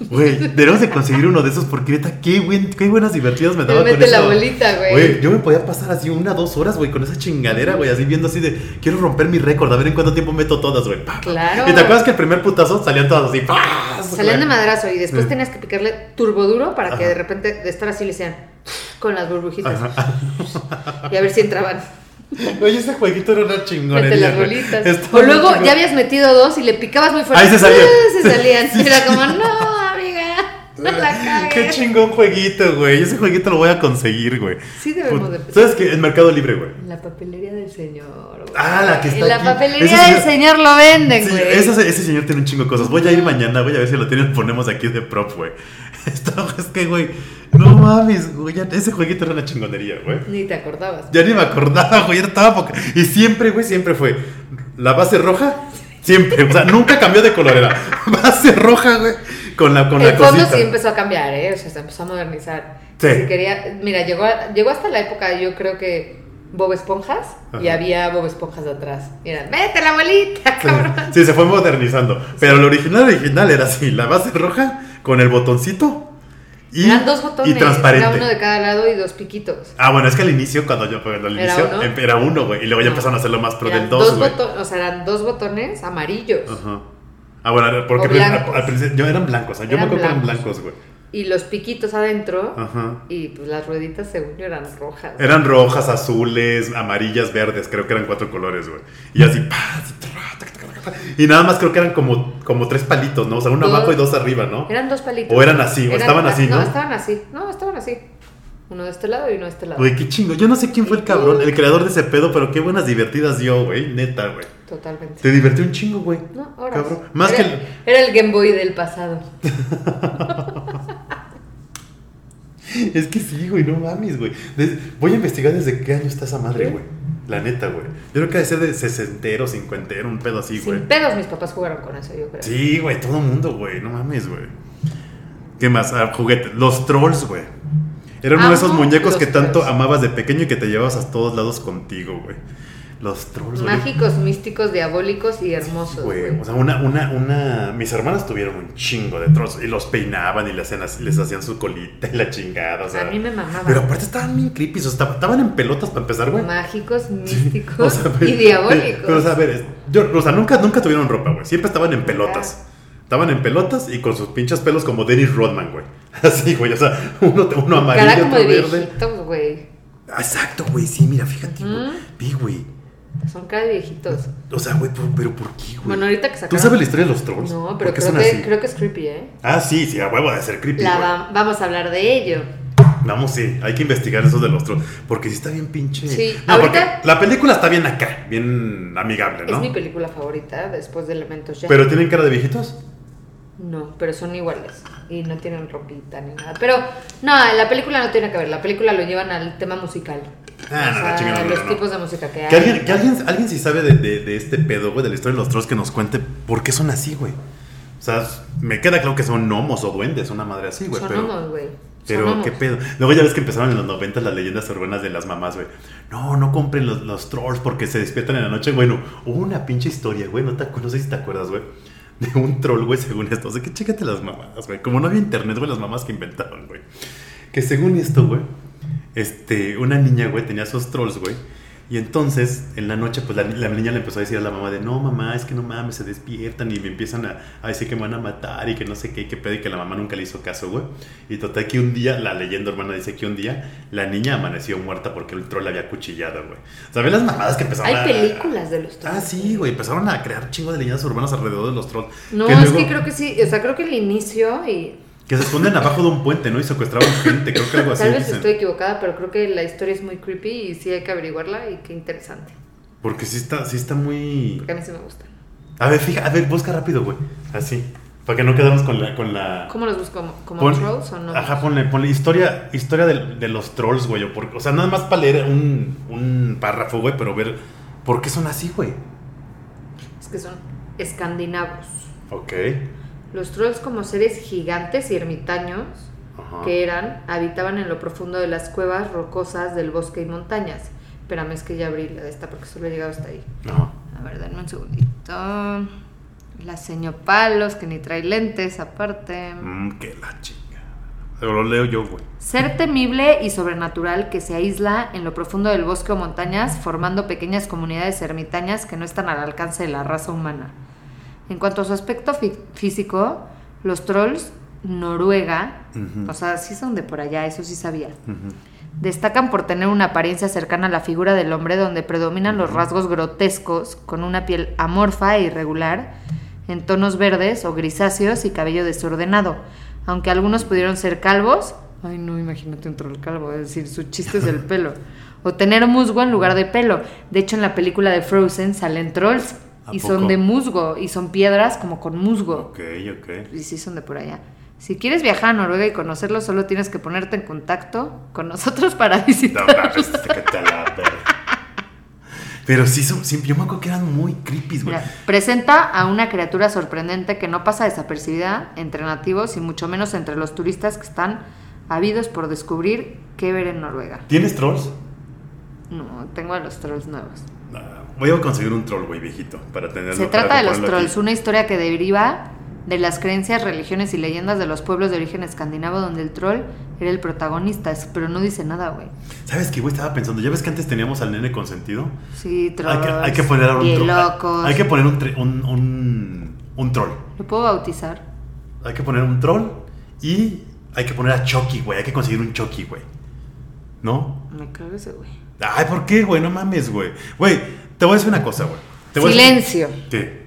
B: Güey, deberíamos de conseguir uno de esos porque neta, qué, buen, qué buenas divertidas me daba
A: Le
B: con
A: mete la
B: eso.
A: bolita, güey.
B: Güey, yo me podía pasar así una, dos horas, güey, con esa chingadera, güey, así viendo así de, quiero romper mi récord, a ver en cuánto tiempo meto todas, güey. pa, pa.
A: Claro.
B: Y te acuerdas que el primer putazo salían todas así, pa,
A: Salían de
B: güey.
A: madrazo y después
B: Sí.
A: tenías que picarle turbo duro para que
B: Ajá.
A: de repente de estar así le hicieran con las burbujitas
B: Ajá.
A: y a ver si entraban.
B: Güey, ese jueguito era una chingonería.
A: Mete las
B: güey.
A: bolitas. O
B: Estaba muy
A: luego
B: chingón.
A: ya habías metido dos y le picabas muy fuerte.
B: Ahí se salían.
A: ¡Ah! Se salían.
B: Sí,
A: Era
B: sí.
A: como, no, amiga, no la
B: Qué
A: cagues.
B: chingón jueguito, güey. Ese jueguito lo voy a conseguir, güey.
A: Sí debemos
B: Put-
A: de-
B: ¿Sabes qué? En Mercado Libre, güey.
A: En La papelería del señor. güey.
B: Ah, la que está
A: En la
B: aquí.
A: papelería
B: Ese
A: del
B: señor-
A: señor lo venden,
B: Sí,
A: güey.
B: ese, ese señor tiene un chingo de cosas. Voy a ir mañana, voy a ver si lo tienen. Ponemos aquí de prop, güey. Esto es que, güey. No mames, güey. ya- Ese jueguito era una chingonería, güey.
A: Ni te acordabas.
B: Ya ni me acordaba, güey. ya Estaba poca- Y siempre, güey, siempre fue. La base roja, siempre. O sea, nunca cambió de color. Era base roja, güey. Con la, con
A: el
B: la
A: fondo
B: cosita.
A: sí empezó a cambiar, ¿eh? O sea, se empezó a modernizar.
B: Sí.
A: Si quería, mira, llegó, a- llegó hasta la época, yo creo que Bob Esponjas y
B: Ajá.
A: había Bob Esponjas de atrás. Y eran, vete la bolita, cabrón.
B: Sí, se fue modernizando. Pero el original original era así, la base roja con el botoncito Y,
A: Eran dos botones.
B: y transparente.
A: Era uno de cada lado y dos piquitos.
B: Ah, bueno, es que al inicio, cuando yo cuando al
A: ¿Era
B: inicio
A: uno?
B: em- era uno, güey. Y luego ya
A: No.
B: empezaron a hacerlo más pro
A: Eran
B: del dos, güey.
A: botones, o sea, eran dos botones amarillos.
B: Ajá. Ah, bueno, porque
A: O
B: prim- al-
A: blancos.
B: al principio- yo eran blancos, o sea, yo me
A: Eran
B: acuerdo que eran
A: blancos.
B: blancos, güey.
A: Y los piquitos adentro.
B: Ajá.
A: Y pues las rueditas, según yo, eran rojas.
B: Eran rojas, azules, amarillas, verdes, creo que eran cuatro colores, güey. Y así, pa, así, tra, tac, tac, tac, tac. y nada más creo que eran como, como tres palitos, ¿no? O sea, uno
A: Dos.
B: abajo y dos arriba, ¿no?
A: Eran dos palitos.
B: O eran así, o estaban así, ¿no?
A: estaban así. No, estaban así. Uno de este lado y uno de este lado.
B: Güey, qué chingo. Yo no sé quién fue el cabrón, el creador de ese pedo, pero qué buenas divertidas dio, güey. Neta, güey.
A: Totalmente.
B: Te divertí un chingo, güey.
A: No, ahora.
B: Cabrón. Más
A: era,
B: que el-
A: era el Game Boy del pasado.
B: Es que sí, güey, no mames, güey. Des- Voy a investigar desde qué año está esa madre, güey. La neta, güey. Yo creo que debe ser de sesentero, cincuentero, un pedo así, güey.
A: Sin pedos mis papás jugaron con eso, yo creo.
B: Sí, güey, todo mundo, güey. No mames, güey. ¿Qué más? Ah, juguete. Los trolls, güey. Era uno de esos
A: Amo
B: muñecos que
A: Ah, los
B: tanto
A: trolls.
B: amabas de pequeño y que te llevabas a todos lados contigo, güey. Los trolls, güey.
A: Mágicos, místicos, diabólicos y hermosos.
B: pues, Güey,
A: güey.
B: o sea, una, una, una. Mis hermanas tuvieron un chingo de trolls y los peinaban y les hacían, así- les hacían su colita y la chingada, o sea.
A: a mí me mamaban.
B: Pero aparte estaban bien creepy, o sea, estaba- estaban en pelotas para empezar, güey.
A: Mágicos, místicos
B: O sea,
A: y
B: pero-
A: diabólicos.
B: Pero, o sea, a ver, es- yo- o sea, nunca, nunca tuvieron ropa, güey. Siempre estaban en pelotas. Estaban en pelotas y con sus pinches pelos como Dennis Rodman, güey. Así, güey, o sea, uno, uno amarillo,
A: Cara como
B: otro
A: de
B: verde.
A: viejitos, güey.
B: Ah, Exacto, güey, sí, mira, fíjate, güey.
A: Ujú.
B: Vi, güey.
A: Son cara de viejitos.
B: O sea, güey, pero, pero ¿por qué, güey?
A: Bueno, ahorita que
B: ¿Tú
A: sacaron-
B: sabes la historia de los trolls?
A: No,
B: ¿Por
A: pero
B: qué
A: creo
B: son
A: que,
B: así?
A: creo que es creepy, ¿eh?
B: Ah, sí, sí, a huevo de ser creepy,
A: La
B: güey.
A: va- vamos a hablar de ello.
B: Vamos, sí, hay que investigar eso de los trolls. Porque sí está bien pinche.
A: Sí,
B: No,
A: ahorita-
B: porque la película está bien acá, bien amigable, ¿no?
A: Es mi película favorita después de Elementos ya.
B: Pero tienen cara de viejitos.
A: No, pero son iguales y no tienen ropita ni nada. Pero no, la película no tiene que ver. La película lo llevan al tema musical.
B: Ah, no,
A: O sea,
B: la chingada, no,
A: los
B: no, no.
A: tipos de música que hay.
B: Que alguien, que alguien, alguien sí sabe de, de- de este pedo, güey, de la historia de los trolls, que nos cuente por qué son así, güey. O sea, me queda claro que son gnomos o duendes, una madre así, güey.
A: Son
B: pero,
A: homos, güey. Son
B: Pero,
A: homos.
B: ¿qué pedo? Luego ya ves que empezaron en los 90 las leyendas urbanas de las mamás, güey. No, no compren los, los trolls porque se despiertan en la noche. Bueno, hubo una pinche historia, güey. No, te, acu- no sé si te acuerdas, güey. De un troll, güey, según esto. O sea, que chécate las mamadas, güey. Como no había internet, güey, las mamás que inventaron, güey. Que según esto, güey, este, una niña, güey, tenía sus trolls, güey. Y entonces, en la noche, pues la, ni- la niña le empezó a decir a la mamá de, no, mamá, es que no mames, se despiertan y me empiezan a, a decir que me van a matar y que no sé qué, y que pedo, y que la mamá nunca le hizo caso, güey. Y total que un día, la leyenda hermana dice que un día la niña amaneció muerta porque el troll la había cuchillado, güey. ¿Sabes las mamadas que empezaron a-
A: Hay películas de los trolls.
B: Ah, sí, güey, empezaron a crear chingo de leyendas urbanas alrededor de los trolls.
A: No,
B: Que
A: es
B: luego-
A: que creo que sí. O sea, creo que el inicio y.
B: Que se esconden abajo de un puente, ¿no? Y secuestraban gente, creo que algo así.
A: Tal vez
B: dicen.
A: estoy equivocada, pero creo que la historia es muy creepy y sí hay que averiguarla y qué interesante.
B: Porque sí está, sí está muy...
A: Porque a mí sí me gusta.
B: A ver, fija, a ver, busca rápido, güey. Así. Para que no quedamos con la. Con la...
A: ¿Cómo los busco? ¿Como- ¿Como
B: Pon-
A: trolls o no?
B: Ajá, ponle, ponle historia, historia del- de, los trolls, güey. O, por- o sea, nada más para leer un, un párrafo, güey, pero ver por qué son así, güey.
A: Es que son escandinavos.
B: Ok.
A: Los trolls como seres gigantes y ermitaños
B: Ajá.
A: que eran, habitaban en lo profundo de las cuevas rocosas del bosque y montañas. Espérame, es que ya abrí la de esta porque solo he llegado hasta ahí.
B: Ajá.
A: A ver, denme un segundito. La señor Palos, que ni trae lentes aparte.
B: Mm, que la chinga. Lo leo yo, güey.
A: Ser temible y sobrenatural que se aísla en lo profundo del bosque o montañas, formando pequeñas comunidades ermitañas que no están al alcance de la raza humana. En cuanto a su aspecto fí- físico, los trolls Noruega,
B: Ujú.
A: o sea, sí son de por allá, eso sí sabía,
B: Ujú.
A: destacan por tener una apariencia cercana a la figura del hombre donde predominan los rasgos grotescos, con una piel amorfa e irregular, en tonos verdes o grisáceos y cabello desordenado, aunque algunos pudieron ser calvos, ay no, imagínate un troll calvo, es decir, su chiste es el pelo, o tener musgo en lugar de pelo. De hecho, en la película de Frozen salen trolls
B: ¿A
A: y
B: poco?
A: son de musgo y son piedras como con musgo
B: Ok, ok.
A: y sí son de por allá. Si quieres viajar a Noruega y conocerlo, solo tienes que ponerte en contacto con nosotros para
B: No,
A: visitar.
B: mames, que te la verga. Pero sí, son, sí, yo me acuerdo que eran muy creepy, güey.
A: Mira, presenta a una criatura sorprendente que no pasa desapercibida entre nativos y mucho menos entre los turistas que están habidos por descubrir qué ver en Noruega.
B: ¿Tienes trolls?
A: No, tengo a los trolls nuevos.
B: Ah, Voy a conseguir un troll, güey, viejito, para tenerlo.
A: Se
B: para
A: trata de los
B: ponerlo aquí.
A: trolls, una historia que deriva de las creencias, religiones y leyendas de los pueblos de origen escandinavo donde el troll era el protagonista, es- pero no dice nada, güey.
B: ¿Sabes qué, güey? Estaba pensando, ¿ya ves que antes teníamos al nene consentido?
A: Sí, trolls.
B: Hay que, hay que poner ahora un troll.
A: locos.
B: Hay que poner un, tre- un, un- un troll.
A: ¿Lo puedo bautizar?
B: Hay que poner un troll y hay que poner a Chucky, güey. Hay que conseguir un Chucky, güey. ¿No?
A: Me cago ese, güey.
B: Ay, ¿por qué, güey? No mames, güey. Güey, te voy a decir una cosa, güey. Te voy a decir-
A: Silencio.
B: ¿Qué?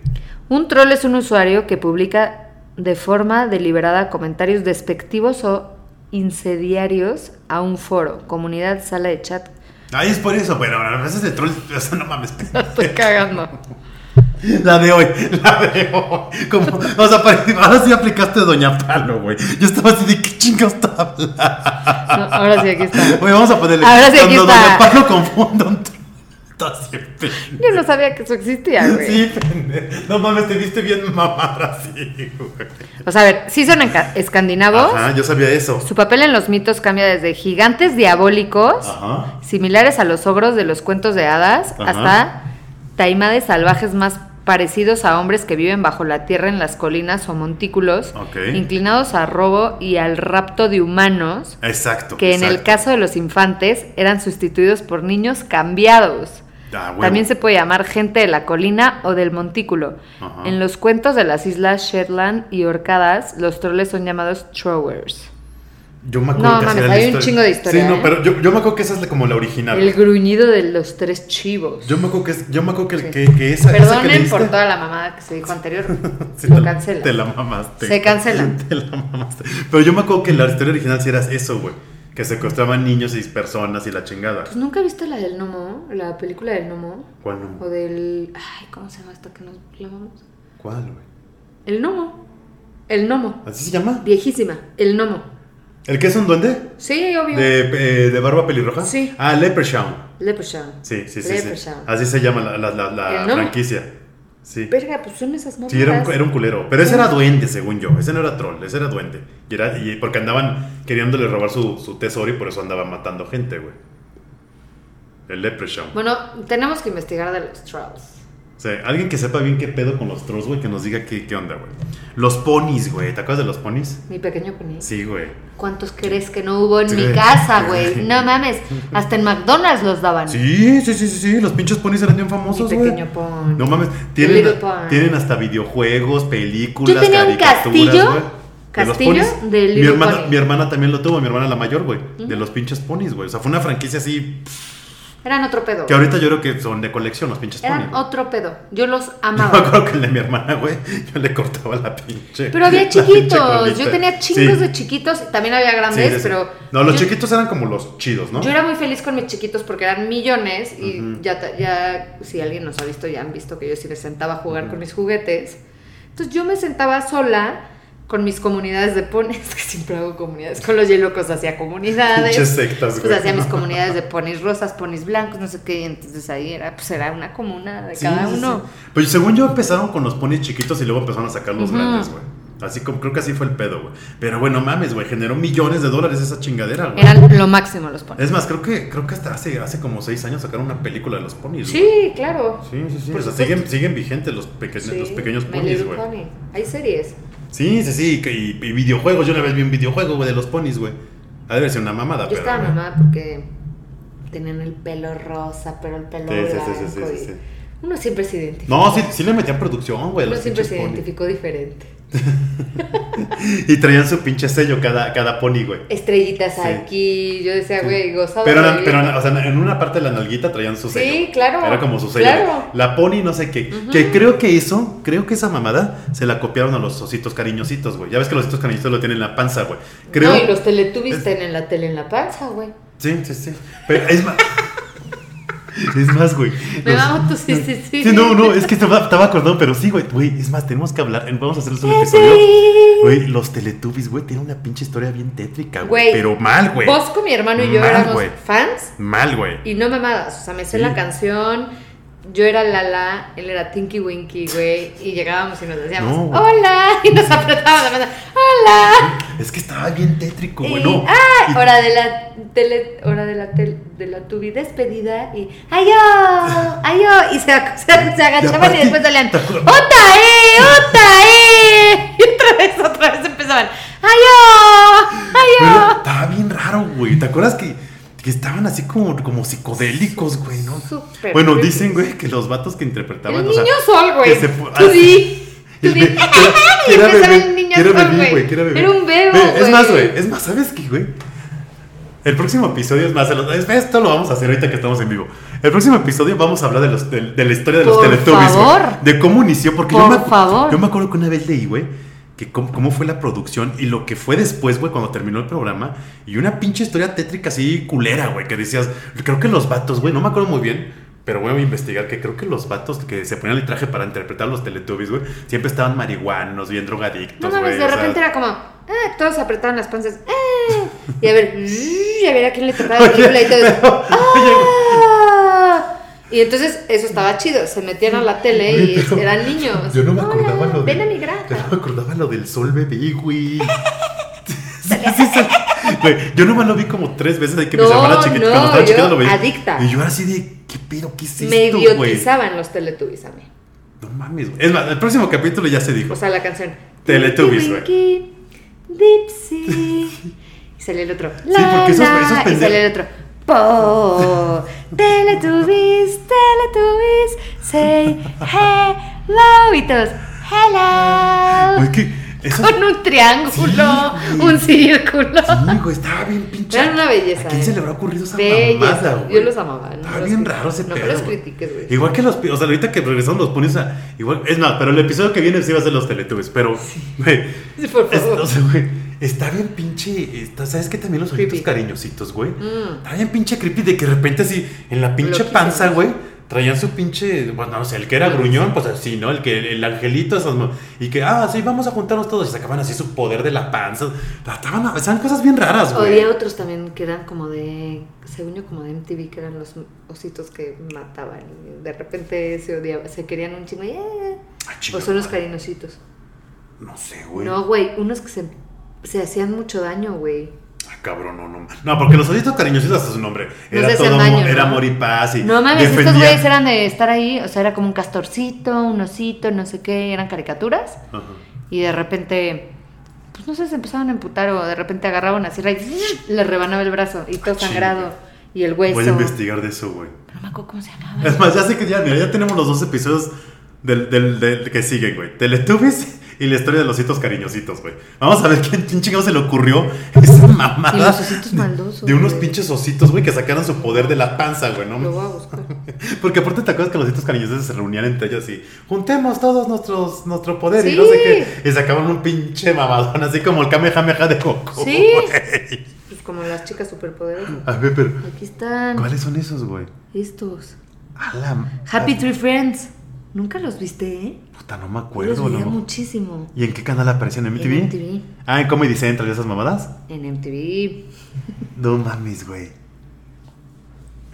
A: Un troll es un usuario que publica de forma deliberada comentarios despectivos o incendiarios a un foro, comunidad, sala de chat.
B: Ay, es por eso, pero a veces el troll. O sea, no mames.
A: Estoy cagando.
B: La de hoy, la de hoy. Como, o sea, pare- ahora sí aplicaste Doña Palo, güey. Yo estaba así de qué chingados está hablando.
A: No, ahora sí, aquí está.
B: Güey, vamos a ponerle.
A: Ahora sí, aquí
B: Cuando Doña
A: está.
B: Palo confunda un troll. Está siempre.
A: Yo no sabía que eso existía, güey.
B: Sí, pendejo. no mames, te viste bien mamada así, güey.
A: O sea, a ver, sí son enca- escandinavos.
B: Ajá, yo sabía eso.
A: Su papel en los mitos cambia desde gigantes diabólicos,
B: Ajá.
A: similares a los ogros de los cuentos de hadas,
B: Ajá.
A: hasta taimades salvajes más parecidos a hombres que viven bajo la tierra en las colinas o montículos,
B: Ok.
A: inclinados a robo y al rapto de humanos,
B: Exacto.
A: que en el
B: exacto.
A: caso de los infantes eran sustituidos por niños cambiados.
B: Ah, huevo.
A: También se puede llamar gente de la colina o del montículo.
B: Ajá.
A: En los cuentos de las islas Shetland y Orcadas, los troles son llamados trowers.
B: Yo me acuerdo
A: No,
B: que así
A: mames,
B: era la
A: hay un chingo de historia,
B: Sí, no,
A: ¿eh?
B: pero yo, yo me acuerdo que esa es la- como la original.
A: El gruñido de los tres chivos.
B: Yo me acuerdo que, es- yo me acuerdo que,
A: Sí.
B: que, que esa. esa que
A: Perdonen
B: leíste-
A: por toda la mamada que se dijo anterior.
B: Sí,
A: Lo
B: te-
A: cancela.
B: Te la mamaste.
A: Se cancela.
B: Te la mamaste. Pero yo me acuerdo que la historia original sí era eso, güey. Que secuestraban niños y personas y la chingada.
A: Pues nunca viste la del gnomo, la película del gnomo.
B: ¿Cuál,
A: O
B: no?
A: del. Ay, ¿cómo se llama esta que nos llamamos?
B: ¿Cuál, güey?
A: El gnomo. El gnomo.
B: ¿Así se llama?
A: Viejísima. El gnomo.
B: ¿El que es un duende?
A: Sí, obvio.
B: ¿De, eh, de barba pelirroja?
A: Sí.
B: Ah, Leprechaun.
A: Leprechaun.
B: Sí, sí, sí. sí.
A: Leprechaun.
B: Así se llama la, la- la- la
A: ¿El no?
B: franquicia. Sí.
A: Verga, pues son esas mamadas.
B: Sí, era un, era un culero. Pero ese era duende, según yo. Ese no era troll, ese era duende. Y era, y porque andaban queriéndole robar su, su tesoro y por eso andaban matando gente, güey. El Leprechaun.
A: Bueno, tenemos que investigar de los trolls.
B: O sea, alguien que sepa bien qué pedo con los trolls, güey, que nos diga qué, qué onda, güey. Los ponis, güey. ¿Te acuerdas de los ponis?
A: Mi pequeño pony.
B: Sí, güey.
A: ¿Cuántos crees que no hubo en
B: Sí.
A: mi casa, güey? No mames. Hasta en McDonald's los daban.
B: Sí, sí, sí, sí, sí. Los pinchos ponis eran bien
A: Mi
B: famosos, güey.
A: pequeño pony.
B: No mames,
A: Little
B: tienen,
A: Pony.
B: tienen hasta videojuegos, películas,
A: Yo tenía un
B: caricaturas,
A: castillo,
B: güey. De los
A: castillo
B: ponis.
A: de
B: mi
A: Little
B: hermana,
A: Pony.
B: mi hermana también lo tuvo, mi hermana la mayor, güey. De los pinches ponis, güey. O sea, fue una franquicia así
A: Eran otro pedo.
B: que ahorita yo creo que son de colección los pinches ponis.
A: Eran
B: güey.
A: otro pedo. Yo los
B: Yo me
A: amaba.
B: acuerdo que el de mi hermana, güey, yo le cortaba la pinche.
A: Pero había
B: la pinche
A: chiquitos.
B: colita.
A: Yo tenía chingos
B: Sí,
A: de chiquitos. También había
B: sí,
A: grandes,
B: sí, sí.
A: pero.
B: No, los
A: yo-
B: chiquitos eran como los chidos, ¿no?
A: Yo era muy feliz con mis chiquitos porque eran millones y
B: Ujú.
A: ya, ta- ya, si alguien nos ha visto, ya han visto que yo sí me sentaba a jugar con mis juguetes. Entonces yo me sentaba sola con mis comunidades de ponis, que siempre hago comunidades, con los yelocos hacía comunidades.
B: Pinches sectas,
A: Pues
B: güey.
A: hacía mis comunidades de ponis rosas, ponis blancos, no sé qué, y entonces ahí era, pues era una comuna de
B: Sí,
A: cada
B: sí, sí.
A: uno.
B: Pero según yo empezaron con los ponis chiquitos y luego empezaron a sacar los
A: Ujú.
B: grandes, güey. Así como creo que así fue el pedo, güey. Pero bueno, mames, güey, generó millones de dólares esa chingadera, güey.
A: Eran lo máximo los ponis.
B: Es más, creo que creo que hasta hace, hace como seis años sacaron una película de los ponis, güey.
A: Sí, claro.
B: Sí, sí, sí.
A: Por
B: o
A: supuesto.
B: sea, siguen, siguen vigentes los, peque- los pequeños
A: My
B: ponis,
A: Little
B: güey. Ah,
A: Pony. Hay series.
B: Sí, sí, sí. que- Y, y videojuegos. Yo una vez vi un videojuego, güey, de los ponis, güey. Ha de haber sido una mamada,
A: Yo
B: pero.
A: estaba
B: güey.
A: mamada porque tenían el pelo rosa, pero el pelo
B: Sí, sí,
A: blanco.
B: sí, sí, sí, sí,
A: y
B: sí.
A: Uno siempre se identifica.
B: No, sí, sí le metían producción, güey. a
A: Uno
B: los
A: siempre se
B: pinches ponis.
A: identificó diferente.
B: Y traían su pinche sello cada, cada pony, güey.
A: Estrellitas
B: Sí.
A: aquí, yo decía,
B: Sí.
A: güey, gozaba.
B: Pero,
A: de
B: na-
A: vivir.
B: pero na- o sea, en una parte de la nalguita traían su
A: Sí,
B: sello.
A: claro,
B: Era como su sello.
A: claro.
B: La pony no sé qué. Que creo que eso, creo que esa mamada se la copiaron a los ositos cariñositos, güey. Ya ves que los ositos cariñositos lo tienen en la panza, güey. Creo.
A: No, y los teletubbies
B: Es-
A: tienen en la tele en la panza, güey.
B: Sí, sí, sí. Pero es más. Es más, güey.
A: Me
B: los-
A: mamo tú, sí, sí, sí.
B: Sí, no, no, es que estaba, estaba acordado, pero sí, güey, güey, es más, tenemos que hablar, vamos a hacerles un episodio. Güey, los Teletubbies, güey, tienen una pinche historia bien tétrica, güey,
A: Güey,
B: pero mal, güey.
A: Bosco, mi hermano y yo
B: Mal,
A: éramos
B: güey.
A: fans
B: Mal, güey.
A: y no mamadas. O sea, me sé
B: Sí.
A: la canción. Yo era Lala, él era Tinky Winky, güey. Y llegábamos y nos decíamos,
B: No, güey.
A: ¡Hola! Y nos apretábamos la mano, ¡Hola!
B: Es que estaba bien tétrico, güey,
A: Y,
B: no.
A: ¡Ay!
B: Y-
A: Hora de la tele, hora de la tel- de la tubi despedida y ¡Ayo! ¡Ayo! Y se, se, se agachaban y,
B: aparte-
A: después salían
B: ¿te
A: ¡Ota
B: acuerdas?
A: eh! ¡Ota eh! vez, otra vez empezaban. ¡Ay,
B: Pero
A: yo!
B: estaba bien raro, güey. ¿Te acuerdas que, que estaban así como, como psicodélicos, güey, no?
A: Súper
B: bueno,
A: creepy.
B: dicen, güey, que los vatos que interpretaban.
A: El
B: o sea,
A: niño sol, güey.
B: que se fu- ah,
A: Tú di. Tú
B: El
A: di.
B: be- que era-
A: "Ah, Y
B: que era
A: empezaba
B: bebé,
A: el niño
B: que era
A: sol,
B: bebé,
A: güey.
B: que era bebé.
A: Era un bebo,
B: Ve, Es
A: güey.
B: más, güey, es más, ¿sabes qué, güey? El próximo episodio, es más, se los- es- esto lo vamos a hacer ahorita que estamos en vivo. El próximo episodio vamos a hablar de, los, de, de la historia de los
A: Por
B: Teletubbies, güey.
A: favor.
B: De cómo inició, porque yo
A: Por
B: me, acu-
A: favor.
B: yo me acuerdo que una vez leí, güey, que cómo, cómo fue la producción y lo que fue después, güey, cuando terminó el programa. Y una pinche historia tétrica así culera, güey, que decías, creo que los vatos, güey, no me acuerdo muy bien. Pero voy a investigar que creo que los vatos que se ponían el traje para interpretar los Teletubbies, güey, siempre estaban marihuanos, bien
A: No
B: drogadictos, Pues, güey.
A: mames,
B: o
A: de
B: sea,
A: repente era como. Ah, todos apretaban las panzas. Ah, y a ver. Y a ver a quién le tocaba
B: Oye,
A: el rifle y todo.
B: pero-
A: ¡Ah! Y entonces eso estaba chido. Se metían a la tele y
B: Pero
A: eran niños.
B: Yo no me
A: Hola,
B: acordaba lo de.
A: Ven a mi
B: Yo
A: granja.
B: no me acordaba lo del sol bebé, güey. Sí, sí, sí. Güey, yo nomás lo vi como tres veces de que mis
A: No,
B: hermanas chiquitas,
A: no,
B: cuando estaban
A: yo
B: chiquitas lo veía.
A: adicta.
B: Y yo era así de, ¿qué pedo? ¿Qué es
A: Me
B: esto, güey?
A: idiotizaban los Teletubbies a mí.
B: No mames, güey. Es más, el próximo capítulo ya se dijo.
A: O sea, la canción.
B: Teletubbies, güey.
A: Winky, Dipsy. Y sale el otro.
B: Sí, porque esos-
A: la, la,
B: esos
A: Y sale
B: pendejos-
A: el otro. Po, Teletubbies, Teletubbies, say hello. Y todos,
B: Güey, es
A: hello.
B: que. Eso,
A: Con un triángulo,
B: Sí, güey.
A: un círculo.
B: sí, güey, estaba bien pinche.
A: Eran una belleza,
B: ¿A quién se
A: eh.
B: le habrá ocurrido esa
A: Belleza.
B: mamada, güey?
A: Yo los amaba, no
B: Estaba
A: los
B: bien
A: critiques.
B: raro ese
A: No,
B: pedo.
A: pero los
B: güey.
A: critiques, güey.
B: Igual que los. pi- O sea, ahorita que regresamos los pones a. Igual, es más, pero el episodio que viene sí va a ser los Teletubbies. Pero, güey.
A: Sí, Por
B: Es-
A: favor.
B: o sea, güey, está bien pinche. está- ¿Sabes qué? También los ojitos
A: Creepy.
B: cariñositos, güey.
A: Mm.
B: Está bien pinche creepy de que de repente así, en la pinche
A: Loquísimo.
B: panza, güey, traían su pinche. Bueno, no sé, el que era gruñón, pues así, ¿no? El que el angelito, esas mo- Y que, ah, sí, vamos a juntarnos todos. Y sacaban así su poder de la panza. Ah, Estaban, estaban cosas Ah, bien raras, güey.
A: Había otros también que eran como de, según yo, como de MTV, que eran los ositos que mataban. Y de repente se odiaban, se querían un chingo. y, "Eh".
B: Ah, chinga,
A: o son los
B: madre.
A: cariñositos.
B: No sé, güey.
A: No, güey, unos que se, se hacían mucho daño, güey.
B: Ah, cabrón, no, no. No, porque los ojitos cariñositos hasta su nombre.
A: No
B: Era
A: se hacían
B: todo,
A: daño,
B: mo- era
A: ¿no?
B: amor y paz. Y
A: No mames, estos
B: defendían-
A: güeyes eran de estar ahí, o sea, era como un castorcito, un osito, no sé qué, eran caricaturas.
B: Ajá.
A: Y de repente, pues no sé, se empezaban a emputar o de repente agarraban así, y le rebanaba el brazo y todo
B: Ah, chinga.
A: sangrado. Y el hueso.
B: Voy a investigar de eso, güey.
A: No me acuerdo cómo se llamaba.
B: Es más, ya sé que ya, mira, ya tenemos los dos episodios del, del- del que siguen, güey. Teletubbies y la historia de los ositos cariñositos, güey. Vamos a ver quién, quién chingado se le ocurrió esa mamada.
A: Y los ositos
B: de-
A: maldosos,
B: De, unos
A: güey.
B: pinches ositos, güey, que sacaron su poder de la panza, güey,
A: Lo
B: ¿no?
A: voy a buscar.
B: Porque aparte te acuerdas que los ositos cariñositos se reunían entre ellos y juntemos todos nuestros, nuestro poder y
A: Sí.
B: no sé qué. Y sacaban un pinche mamadón, así como el Kamehameha de Goku.
A: Sí.
B: güey.
A: Pues como las chicas superpoderosas.
B: A ver, pero.
A: Aquí están
B: ¿Cuáles son esos, güey?
A: estos.
B: A la-
A: Happy Tree Friends. Nunca los viste, ¿eh?
B: Puta, no me
A: Los
B: acuerdo, a lo
A: veía
B: mejor.
A: muchísimo.
B: ¿Y en qué canal aparecían? ¿En MTV?
A: En MTV.
B: Ah, ¿en Comedy Central y esas mamadas?
A: En MTV.
B: No mames, güey.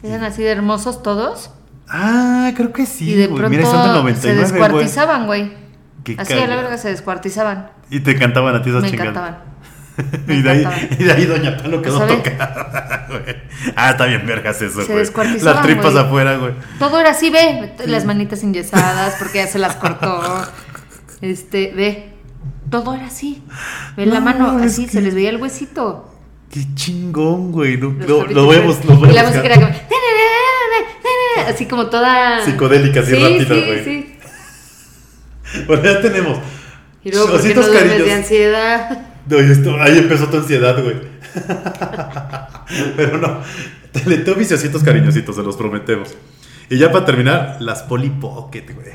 A: Eran así de hermosos todos.
B: Ah, creo que sí.
A: y de
B: güey.
A: pronto
B: Mira, son del 99,
A: se descuartizaban, güey.
B: güey. Qué
A: Así a la
B: cagado.
A: verga se descuartizaban.
B: Y te encantaban a ti esas
A: Me
B: chingadas.
A: encantaban. Me
B: y, de ahí,
A: encantaban.
B: y de ahí Doña Palo quedó
A: ¿Sabe?
B: tocada, güey. Ah, está bien vergas eso,
A: Se
B: güey.
A: descuartizaban,
B: Las tripas
A: güey.
B: afuera, güey.
A: Todo era así, ve. Las manitas enyesadas porque ya se las cortó. Este, ve. Todo era así. Ve la
B: No,
A: mano,
B: es
A: así,
B: que-
A: se les veía el huesito.
B: Qué chingón, güey. No,
A: Los
B: lo,
A: Happy
B: lo
A: Tree
B: vemos,
A: Friends.
B: lo vemos.
A: Y la música era como. Así como toda.
B: Psicodélica, así
A: sí,
B: rápida,
A: sí,
B: güey.
A: sí.
B: Bueno, ya tenemos.
A: Y luego, ¿por qué no
B: Ositos
A: duermes
B: cariños.
A: de ansiedad?
B: No, y esto- ahí empezó tu ansiedad, güey. Pero no. Teletubbies y ositos cariñositos, se los prometemos. Y ya para terminar, las Polly Pocket, güey.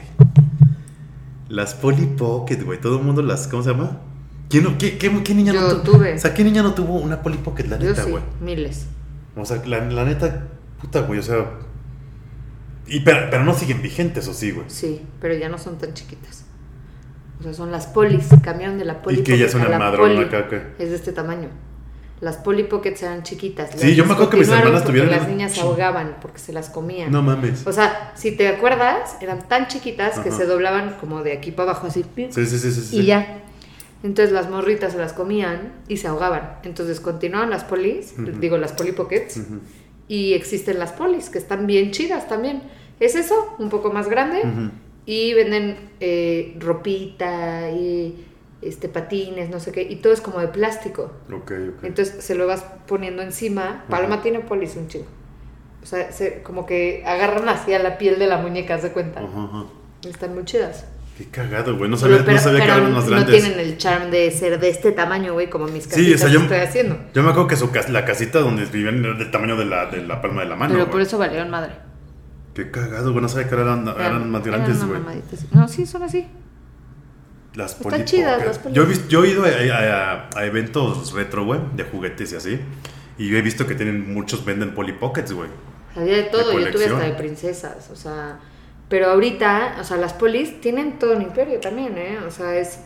B: Las Polly Pocket, güey. Todo el mundo las. ¿Cómo se llama? ¿Quién, no- qué, qué- qué niña no
A: Yo
B: tu-
A: tuve.
B: O sea, ¿qué niña no tuvo una Polly Pocket, la
A: Yo
B: neta,
A: sí,
B: güey?
A: miles.
B: O sea, la, la neta, puta, güey. O sea. Y, pero, pero no siguen vigentes, o sí, güey.
A: Sí, pero ya no son tan chiquitas. O sea, son las polis. Cambiaron de la poli.
B: Y que ya es
A: pocket a
B: una
A: la
B: madrona
A: poli.
B: acá, que-
A: Es de este tamaño. Las poli pockets eran chiquitas.
B: Sí, yo me acuerdo que mis hermanas
A: porque
B: tuvieron
A: Las
B: una-
A: niñas se ahogaban porque se las comían.
B: No mames.
A: O sea, si te acuerdas, eran tan chiquitas que
B: Ajá.
A: se doblaban como de aquí para abajo, así.
B: Sí, sí, sí, sí. sí.
A: y ya. Entonces las morritas se las comían y se ahogaban. Entonces continuaban las polis,
B: Ujú.
A: digo las poli pockets,
B: Ujú.
A: y existen las polis, que están bien chidas también. Es eso, un poco más grande,
B: Ujú.
A: y venden eh, ropita y este, patines, no sé qué, y todo es como de plástico.
B: Ok, ok.
A: Entonces se lo vas poniendo encima. Paloma
B: Ajá.
A: tiene polis un chingo. O sea, se- como que agarran así a la piel de la muñeca, haz de cuenta.
B: Ajá, ajá.
A: Están muy chidas.
B: Qué cagado, güey. No sabía, no sabía que eran más
A: no
B: grandes.
A: tienen el charm de ser de este tamaño, güey, como mis casitas
B: Sí, o sea, yo,
A: que estoy haciendo.
B: yo me acuerdo que su cas- la casita donde vivían era del tamaño de la, de la palma de la mano.
A: Pero
B: güey.
A: por eso valieron madre.
B: Qué cagado, güey. No sabía que eran, eran más grandes,
A: una
B: güey.
A: mamadita así. No, sí, son así.
B: Las
A: Están
B: Polly
A: chidas
B: Pocket.
A: las Polly
B: yo, he vis- yo he ido a, a- a eventos retro, güey, de juguetes y así. Y yo he visto que tienen muchos venden Polly Pockets, güey.
A: Había de todo, yo tuve
B: colección.
A: hasta de princesas, o sea, pero ahorita, o sea, las polis tienen todo un imperio también, ¿eh? O sea, es